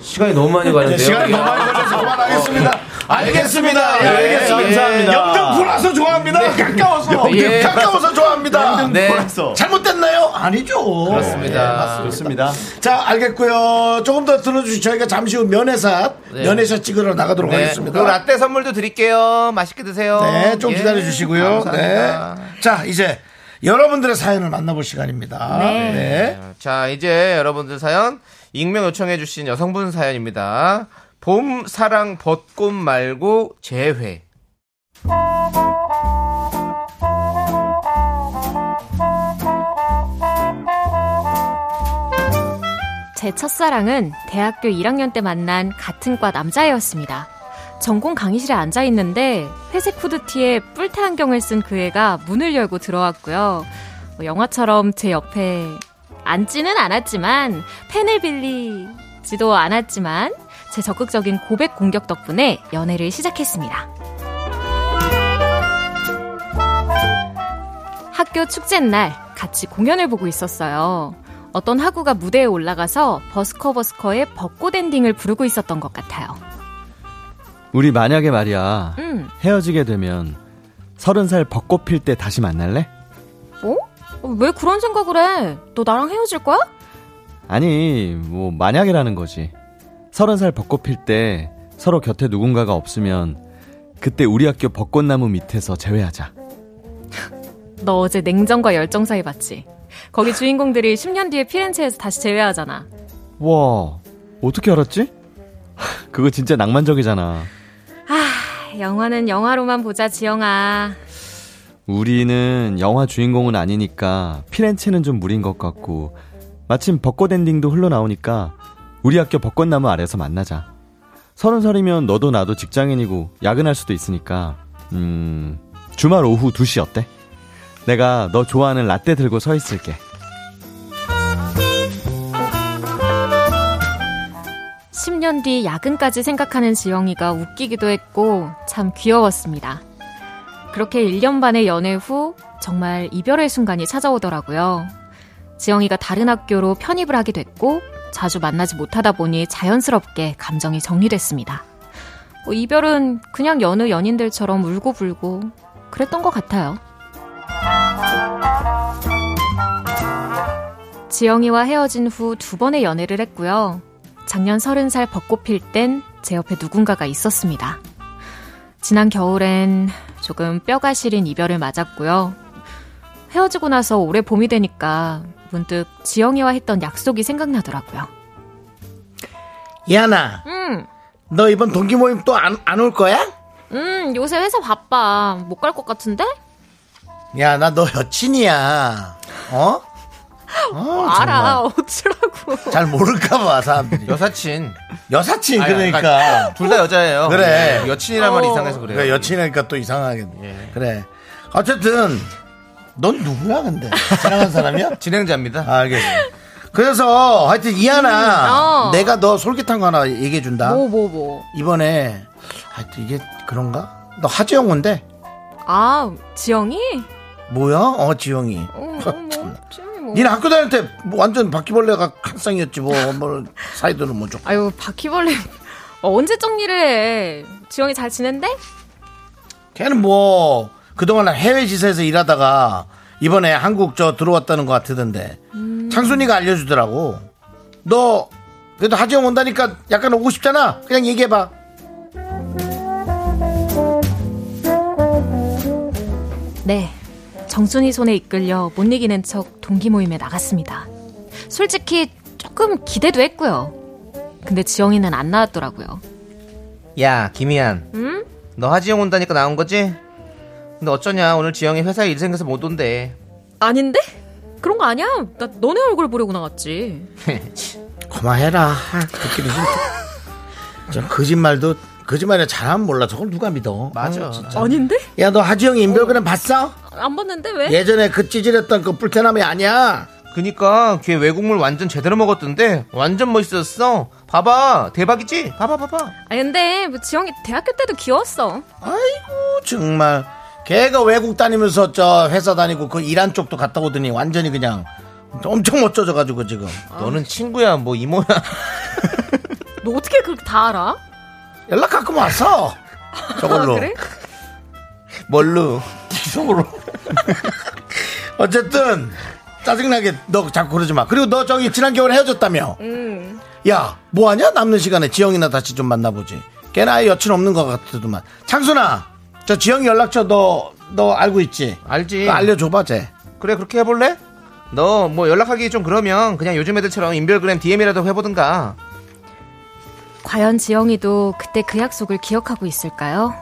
시간이 너무 <laughs> 많이 가는데요. 시간이 너무 많이 아, 걸려서 그만하겠습니다. 알겠습니다. 예, 어, 예, 알겠습니다. 감사합니다. 영등포라서 좋아합니다. 가까워서. 예. 가까워서 좋아합니다. 네. 잘못됐나요? 아니죠. 예, 그렇습니다. 맞습니다. 자, 알겠고요. 조금 더 들어주시 저희가 잠시 후 면회샷, 네. 면회샷 찍으러 나가도록 네. 하겠습니다. 그리고 라떼 선물도 드릴게요. 맛있게 드세요. 네, 좀 예. 기다려 주시고요. 네. 감사합니다. 자, 이제 여러분들의 사연을 만나볼 시간입니다. 네. 자, 이제 여러분들 사연 익명 요청해 주신 여성분 사연입니다. 봄, 사랑, 벚꽃 말고 재회. 제 첫사랑은 대학교 1학년 때 만난 같은 과 남자애였습니다. 전공 강의실에 앉아 있는데 회색 후드티에 뿔테 안경을 쓴 그 애가 문을 열고 들어왔고요. 뭐 영화처럼 제 옆에 앉지는 않았지만 펜을 빌리지도 않았지만 제 적극적인 고백 공격 덕분에 연애를 시작했습니다. 학교 축제 날 같이 공연을 보고 있었어요. 어떤 학우가 무대에 올라가서 버스커 버스커의 벚꽃 엔딩을 부르고 있었던 것 같아요. 우리 만약에 말이야 음, 헤어지게 되면 서른 살 벚꽃 필 때 다시 만날래? 뭐? 어, 왜 그런 생각을 해? 너 나랑 헤어질 거야? 아니 뭐 만약이라는 거지 서른 살 벚꽃 필 때 서로 곁에 누군가가 없으면 그때 우리 학교 벚꽃나무 밑에서 재회하자 너 어제 냉정과 열정 사이 봤지? 거기 주인공들이 10년 뒤에 피렌체에서 다시 재회하잖아. 와 어떻게 알았지? <laughs> 그거 진짜 낭만적이잖아 영화는 영화로만 보자, 지영아. 우리는 영화 주인공은 아니니까 피렌체는 좀 무리인 것 같고 마침 벚꽃 엔딩도 흘러나오니까 우리 학교 벚꽃나무 아래서 만나자 서른 살이면 너도 나도 직장인이고 야근할 수도 있으니까 음 주말 오후 2시 어때? 내가 너 좋아하는 라떼 들고 서 있을게 십 년 뒤 야근까지 생각하는 지영이가 웃기기도 했고 참 귀여웠습니다. 그렇게 일 년 반의 연애 후 정말 이별의 순간이 찾아오더라고요. 지영이가 다른 학교로 편입을 하게 됐고 자주 만나지 못하다 보니 자연스럽게 감정이 정리됐습니다. 뭐 이별은 그냥 여느 연인들처럼 울고 불고 그랬던 것 같아요. 지영이와 헤어진 후 두 번의 연애를 했고요. 작년 30살 벚꽃 필 땐 제 옆에 누군가가 있었습니다. 지난 겨울엔 조금 뼈가 시린 이별을 맞았고요. 헤어지고 나서 올해 봄이 되니까 문득 지영이와 했던 약속이 생각나더라고요. 이하나, 음, 네. 너 이번 동기 모임 또 안 안 올 거야? 음, 요새 회사 바빠. 못 갈 것 같은데? 야, 나 너 여친이야. 어? 어, 알아, <laughs> 어쩌라고. 잘 모를까 봐 사람들이. 여사친. 여사친 아니, 그러니까. 둘 다 여자예요. 그래. 네, 여친이란 말이 어. 이상해서 그래요. 예. 그래 여친이니까 또 이상하겠네. 그래. 어쨌든 넌 누구야 근데? 사랑한 사람이야? 진행자입니다. 아, 알겠어. 그래서 하여튼 이하나 음, 어. 내가 너 솔깃한 거 하나 얘기해 준다. 뭐, 뭐, 뭐. 이번에 하여튼 이게 그런가? 너 하지영인데 아, 지영이? 뭐야? 어 지영이. 어, <laughs> 참. 뭐, 지영이 뭐. 니네 학교 다닐 때 뭐 완전 바퀴벌레가 한 쌍이었지 뭐, 뭐 사이드는 뭐죠? 아유, 바퀴벌레. 어, 언제 정리를 해? 지영이 잘 지낸대? 걔는 뭐 그동안 해외 지사에서 일하다가 이번에 한국 저 들어왔다는 것 같던데 창순이가 알려주더라고 너 그래도 하지영 온다니까 약간 오고 싶잖아 그냥 얘기해봐 네. 정순이 손에 이끌려 못 이기는 척 동기 모임에 나갔습니다. 솔직히 조금 기대도 했고요. 근데 지영이는 안 나왔더라고요. 야, 김희안. 너 하지영 온다니까 나온 거지? 근데 어쩌냐, 오늘 지영이 회사에 일 생겨서 못 온대. <laughs> 아닌데? 그런 거 아니야? 나 너네 얼굴 보려고 나갔지. 그만해라 듣기는 <laughs> 좀 거짓말도 거짓말에 잘하면 몰라 저걸 누가 믿어 맞아. 아닌데? 야 너 하지영 인별그램 봤어? 안 봤는데 왜? 예전에 그 찌질했던 그 불태남이 아니야 그니까 걔 외국물 완전 제대로 먹었던데 완전 멋있었어. 봐봐, 대박이지? 봐봐, 봐봐. 아 근데 뭐 지영이 대학교 때도 귀여웠어. 아이고 정말 걔가 외국 다니면서 저 회사 다니고 그 이란 쪽도 갔다 오더니 완전히 그냥 엄청 멋져져가지고 지금 너는 친구야, 뭐 이모야. 너 어떻게 그렇게 다 알아? 연락 가끔 와서 어. 저걸로 아, 그래? 뭘로? 기성으로 <laughs> 어쨌든 짜증나게 너 자꾸 그러지 마 그리고 너 저기 지난 겨울에 헤어졌다며 야 뭐하냐 남는 시간에 지영이나 다시 좀 만나보지 걔는 아예 여친 없는 것 같더만 창순아 저 지영이 연락처 너 너 알고 있지 알지. 그거 알려줘봐 쟤 그래, 그렇게 해볼래? 너 뭐 연락하기 좀 그러면 그냥 요즘 애들처럼 인별그램 DM이라도 해보든가. 과연 지영이도 그때 그 약속을 기억하고 있을까요?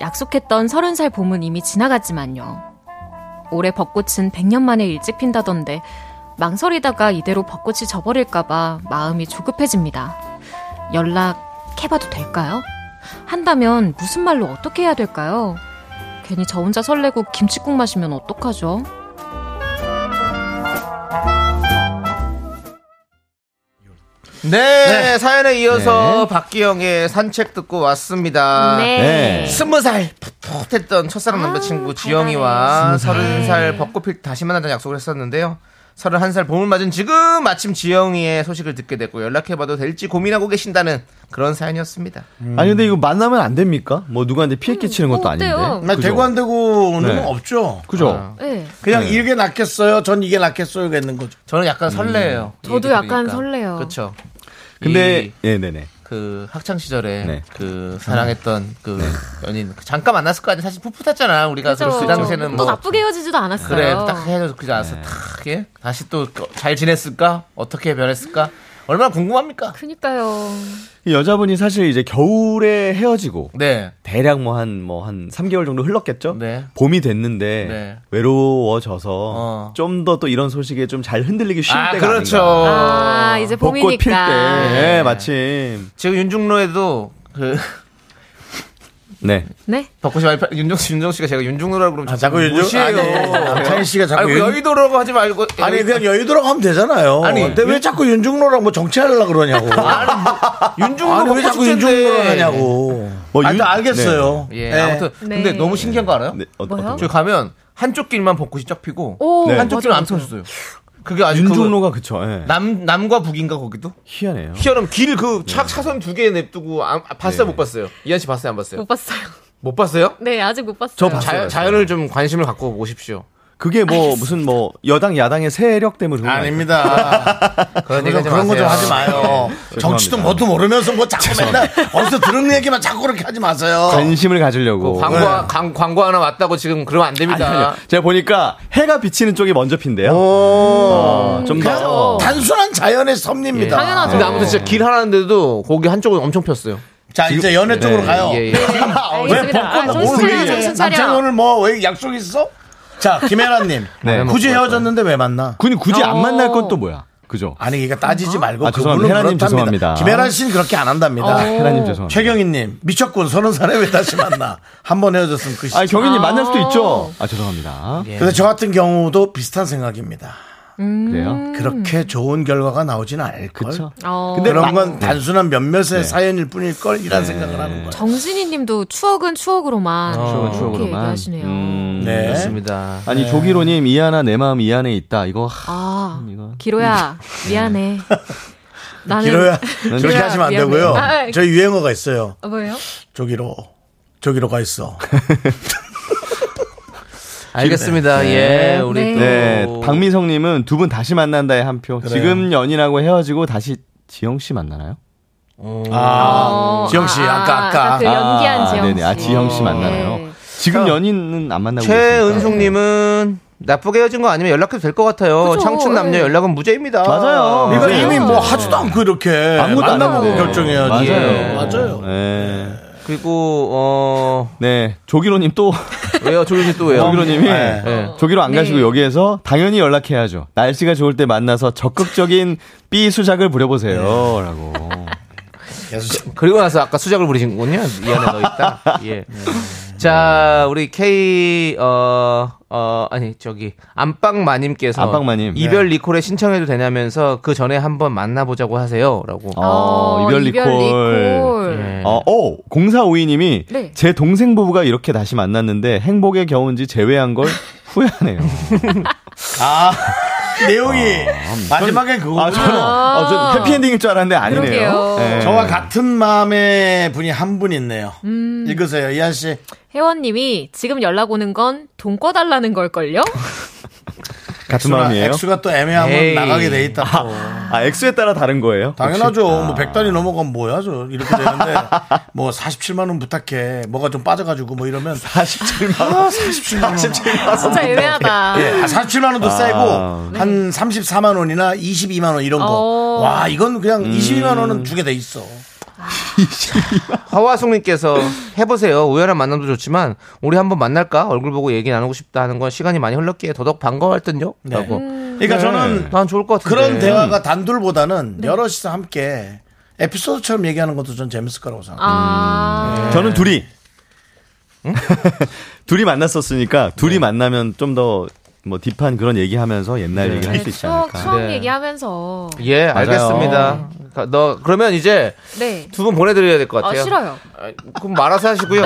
약속했던 서른 살 봄은 이미 지나갔지만요. 올해 벚꽃은 100년 만에 일찍 핀다던데 망설이다가 이대로 벚꽃이 져버릴까봐 마음이 조급해집니다. 연락해봐도 될까요? 한다면 무슨 말로 어떻게 해야 될까요? 괜히 저 혼자 설레고 김치국 마시면 어떡하죠? 네, 사연에 이어서 박기영의 산책 듣고 왔습니다. 네. 스무 살 풋풋했던 첫사랑 아, 남자친구 지영이와 서른 살 벚꽃 필 다시 만나자는 약속을 했었는데요. 서른 한살 봄을 맞은 지금 마침 지영이의 소식을 듣게 됐고 연락해봐도 될지 고민하고 계신다는 그런 사연이었습니다. 아니 근데 이거 만나면 안 됩니까? 뭐 누구한테 피해 끼치는 것도 음, 어때요? 아닌데. 나 그죠? 되고 안 되고는 네. 없죠. 그죠? 네. 그냥 이게 낫겠어요. 전 이게 낫겠어요. 겠는 거죠. 저는 약간 설레요. 저도 약간 설레요. 그렇죠. 음. 근데 이- 예, 네, 네. 그 학창 시절에 네. 그 사랑했던 그 연인 잠깐 만났을 거 아니야 사실 풋풋했잖아 우리가 그 그죠. 당시에는 또 뭐 나쁘게 헤어지지도 않았어요. 그래 딱 헤어져서 그지 않았어 네. 탁 예? 다시 또 잘 지냈을까 어떻게 변했을까 얼마나 궁금합니까 그니까요. 이 여자분이 사실 이제 겨울에 헤어지고 네 대략 뭐 한 뭐 한 3개월 정도 흘렀겠죠? 네. 봄이 됐는데 네. 외로워져서 어. 좀 더 또 이런 소식에 좀 잘 흔들리기 쉬운 아, 때가 그렇죠. 아닌가. 아, 이제 벚꽃 필 때. 봄이니까. 예, 마침. 지금 윤중로에도 그 <laughs> 네. 네. 벚꽃이 많이 펴- 윤정수 윤정씨가 제가 윤중로라고 그러면 아, 자꾸 윤중- 무시해요 아니, 남창희 씨가 자꾸 아니, 윤- 그 여의도라고 하지 말고 아니 여의- 그냥 여의도라고 하면 그러니까. 되잖아요. 아니, 근데 왜 윤- 자꾸 윤중로랑 뭐 정치하려고 그러냐고. <laughs> 윤중로 아니 왜 자꾸 벚꽃 축제인데. 윤중로를 하냐고. 뭐 아니, 윤- 알겠어요. 예 네. 아무튼 근데 네. 너무 신기한 거 알아요 네. 어, 뭐요? 어떤 저기 가면 한쪽 길만 벚꽃이 쫙 피고 오, 네. 한쪽 길은 안 펴줬어요. 그게 아주 윤종로가 그쵸. 예. 그거- 남 남과 북인가 거기도 희한해요. 희한하면 어. 길그 차선 두 개 냅두고 안, 아, 봤어요 못 봤어요 이한 씨 봤어요 안 봤어요 못 봤어요. <laughs> 못 봤어요? 네, 아직 못 봤어요. 저 봤어요. 자연, 자연을 좀 관심을 갖고 오십시오. 그게 뭐 무슨 뭐 여당 야당의 세력 때문에 그런 거 아니에요? 네. 아닙니다. 그런 그런, 그런 거 좀 하지 마요. <laughs> 정치도 죄송합니다. 뭐도 모르면서 뭐 자꾸 맨날 어디서 들은 얘기만 자꾸 그렇게 하지 마세요. 관심을 가지려고. 그 광고 광, 광고 하나 왔다고 지금 그러면 안 아니, 됩니다. 아니요. 제가 보니까 해가 비치는 쪽이 먼저 핀대요. 어, 좀 더. 단순한 자연의 예. 섭리입니다. 당연하죠. 근데 아무튼 진짜 길 하나인데도 거기 한쪽은 엄청 폈어요. 자 이제 연애 쪽으로 가요. 예, 예. 왜 알겠습니다. 아, 벚꽃 정신 차려, 모르니? 정신 남창 차려. 오늘 뭐 왜 약속 있어? 자 김혜란님 네. 굳이 헤어졌는데 왜 만나? 굳이 굳이 어. 안 만날 건 또 뭐야? 그죠? 아니 그러니까 따지지 말고 아, 죄송합니다. 그분은 혜란님 그렇답니다. 죄송합니다. 김혜란 씨는 그렇게 안 한답니다. 헤라님 죄송합니다. 최경희님 미쳤군 서른 살에 왜 다시 만나? 한 번 헤어졌으면 그 시. 아, 경희님 만날 수도 아. 있죠. 아, 죄송합니다. 근데 저 같은 경우도 비슷한 생각입니다. 그래요? 그렇게 좋은 결과가 나오진 않을 걸. 그쵸. 네. 어. 근데 그런 건 단순한 몇몇의 사연일 뿐일 걸 이란 생각을 하는 거예요. 정진희님도 추억은 추억으로만 추억은 이렇게 추억으로만. 음. 얘기하시네요. 네. 그렇습니다. 아니, 조기로님, 이 안아, 내 마음 이 안에 있다. 이거, 하, 아, 이거. 기로야 미안해. <laughs> 나는 기로야 <laughs> 그렇게 기로야, 하시면 안 미안해. 되고요. 아, 저희 유행어가 있어요. 아, 뭐예요? 저기로 저기로가 있어. 네. 알겠습니다. 예, 우리 네. 또 네, 박민성님은 두 분 다시 만난다에 한 표. 지금 연인하고 헤어지고 다시 지영씨 만나나요? 어, 지영 씨, 아까, 아까. 그 연기한 아, 지영 씨. 네네. 아, 지영씨 만나나요? 네. 지금 연인은 안 만나고 계시니까. 최은숙님은 나쁘게 헤어진 거 아니면 연락해도 될 것 같아요. 그죠, 청춘 남녀 예. 연락은 무죄입니다. 네. 맞아요. 이거 맞아요. 이미 뭐 하지도 않고 이렇게 아무것도 안 만나보고 하고. 결정해야지. 맞아요. 예. 맞아요. 네. 그리고 어 네. 조기로님 <laughs> 또, 왜요, 조윤이 또 왜요? 조기로님이 네. 예. 조기로 안 가시고 네. 여기에서 당연히 연락해야죠. 날씨가 좋을 때 만나서 적극적인 <laughs> 삐 수작을 부려보세요. 라고. 네. 계속 그리고 나서 아까 수작을 부리신군요. 이 안에 너 있다. 예. 자, 우리 K 어, 어 아니 저기 안방마님께서 안방마님. 이별 리콜에 신청해도 되냐면서 그 전에 한번 만나보자고 하세요라고. 어, 이별 리콜. 리콜. 예. 어, 오, 0452님이 네. 제 동생 부부가 이렇게 다시 만났는데 행복의 겨운지 제외한 <laughs> 걸 후회하네요. 아 내용이 마지막에 그거 아, 저는 어, 저 해피엔딩일 줄 알았는데 아니네요. 그러게요. 예. 저와 같은 마음의 분이 한 분 있네요. 읽으세요 이한 씨. 회원님이 지금 연락 오는 건 돈 꿔달라는 걸걸요? 같은 수나 마음이에요. 액수가 또 애매하면 에이. 나가게 돼 있다. 고 아, 액수에 따라 다른 거예요? 당연하죠. 혹시? 뭐 100단이 넘어가면 뭐야, 저. 이렇게 되는데, 뭐 47만원 부탁해. 뭐가 좀 빠져가지고 뭐 이러면. 47만원. 47만원. 47만원. 진짜 애매하다. 예, 아. 47만원도 세고, 한 34만원이나 22만원 이런 거. 어. 와, 이건 음. 그냥 22만원은 주게 돼 있어. 허화숙님께서 해보세요. 우연한 만남도 좋지만 우리 한번 만날까? 얼굴 보고 얘기 나누고 싶다 하는 건 시간이 많이 흘렀기에 더더욱 반가워할 듯요. 라고. 그러니까 네. 저는 난 좋을 것 같은데. 그런 대화가 단둘보다는 여럿이서 함께 에피소드처럼 얘기하는 것도 전 재밌을 거라고 생각합니다. 아, 네. 저는 둘이. <laughs> 둘이 만났었으니까 둘이 만나면 좀 더 뭐 딥한 그런 얘기하면서 옛날 얘기를 할 수 있지 네, 추억, 않을까. 추억 네. 얘기하면서. 예, 알겠습니다. 가- 너 그러면 이제 네. 두 분 보내드려야 될 것 아, 같아요. 싫어요. 아, 그럼 말아서 하시고요.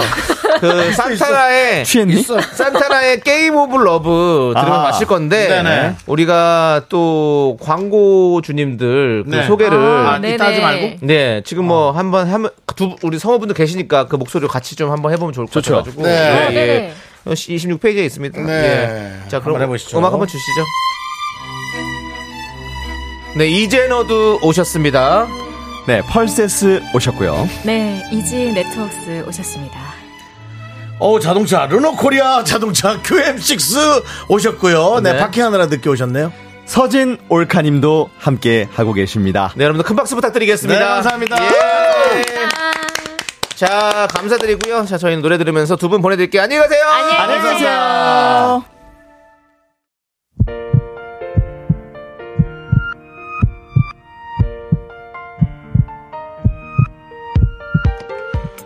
그 산타라의 취했니? 있어. 산타라의 게임 오브 러브 들으면 아, 마실 건데 네네. 우리가 또 광고 주님들 그 네. 소개를 아, 네네. 이따 하지 말고? 네 지금 뭐 한번 하면 두 분- 우리 성우분들 계시니까 그 목소리 같이 좀 한번 해보면 좋을 것 좋죠. 같아가지고 예, 네. 어, 네네. 26페이지에 있습니다. 네. 예. 자 그럼 한번 해보시죠. 음악 한번 주시죠. 네 이제너도 오셨습니다. 네, 펄세스 오셨고요. 네, 이지 네트워크스 오셨습니다. 어 자동차 르노코리아 자동차 <laughs> QM6 오셨고요. 네, 네. 파킹하느라 늦게 오셨네요. 서진 올카님도 함께 하고 계십니다. 네, 여러분들 큰 박수 부탁드리겠습니다. 네, 감사합니다. 예. 자, 감사드리고요. 자, 저희는 노래 들으면서 두 분 보내드릴게요. 안녕히 가세요. 안녕히 계세요.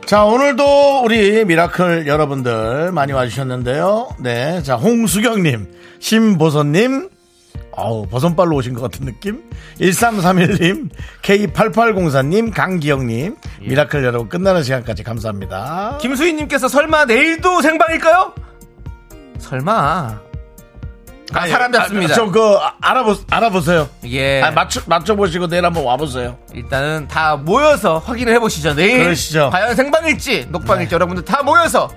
자 오늘도 우리 미라클 여러분들 많이 와주셨는데요. 네, 자 홍수경님, 심보선님, 아우 버선발로 오신 것 같은 느낌. 1331님, K8804님, 강기영님, 미라클 여러분 끝나는 시간까지 감사합니다. 김수희님께서 설마 내일도 생방일까요? 설마. 아, 사람 잡습니다. 예. 저그 알아보 알아보세요. 예. 아, 맞춰 맞춰 보시고 내일 한번 와보세요. 일단은 다 모여서 확인을 해보시죠. 네. 내일. 그러시죠. 과연 생방일지, 녹방일지 여러분들 다 모여서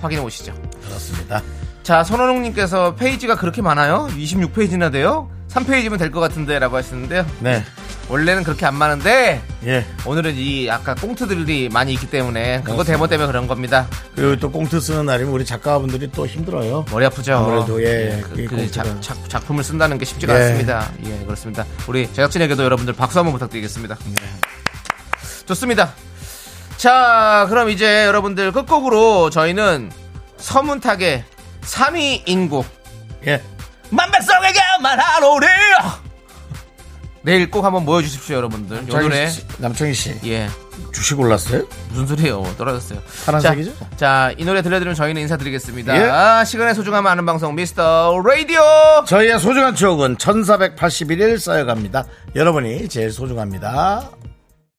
확인해 보시죠. 그렇습니다. 자, 손원웅님께서 페이지가 그렇게 많아요? 26페이지나 돼요? 3페이지면 될 것 같은데 라고 하시는데요. 네, 원래는 그렇게 안 많은데, 예. 오늘은 이 아까 꽁트들이 많이 있기 때문에 그거 데모 때문에 그런 겁니다. 그리고 또 꽁트 쓰는 날이면 우리 작가분들이 또 힘들어요. 머리 아프죠. 아무래도, 예, 그, 그게 그 꽁트가. 작, 작, 작품을 쓴다는 게 쉽지가 예. 않습니다. 예, 그렇습니다. 우리 제작진에게도 여러분들 박수 한번 부탁드리겠습니다. 예. 좋습니다. 자, 그럼 이제 여러분들 끝곡으로 저희는 서문탁의 3위 인곡 예. 만백성에게 말하노래 <laughs> 내일 꼭 한번 모여주십시오, 여러분들. 요 노래. 남창희 씨, 남창희 씨 예. 주식 올랐어요? 무슨 소리예요? 떨어졌어요. 파란색이죠? 예. 자, 자, 이 노래 들려드리면 저희는 인사드리겠습니다. 시간의 소중함을 아는 방송 미스터 라디오. 저희의 소중한 추억은 1481일 쌓여갑니다. 여러분이 제일 소중합니다.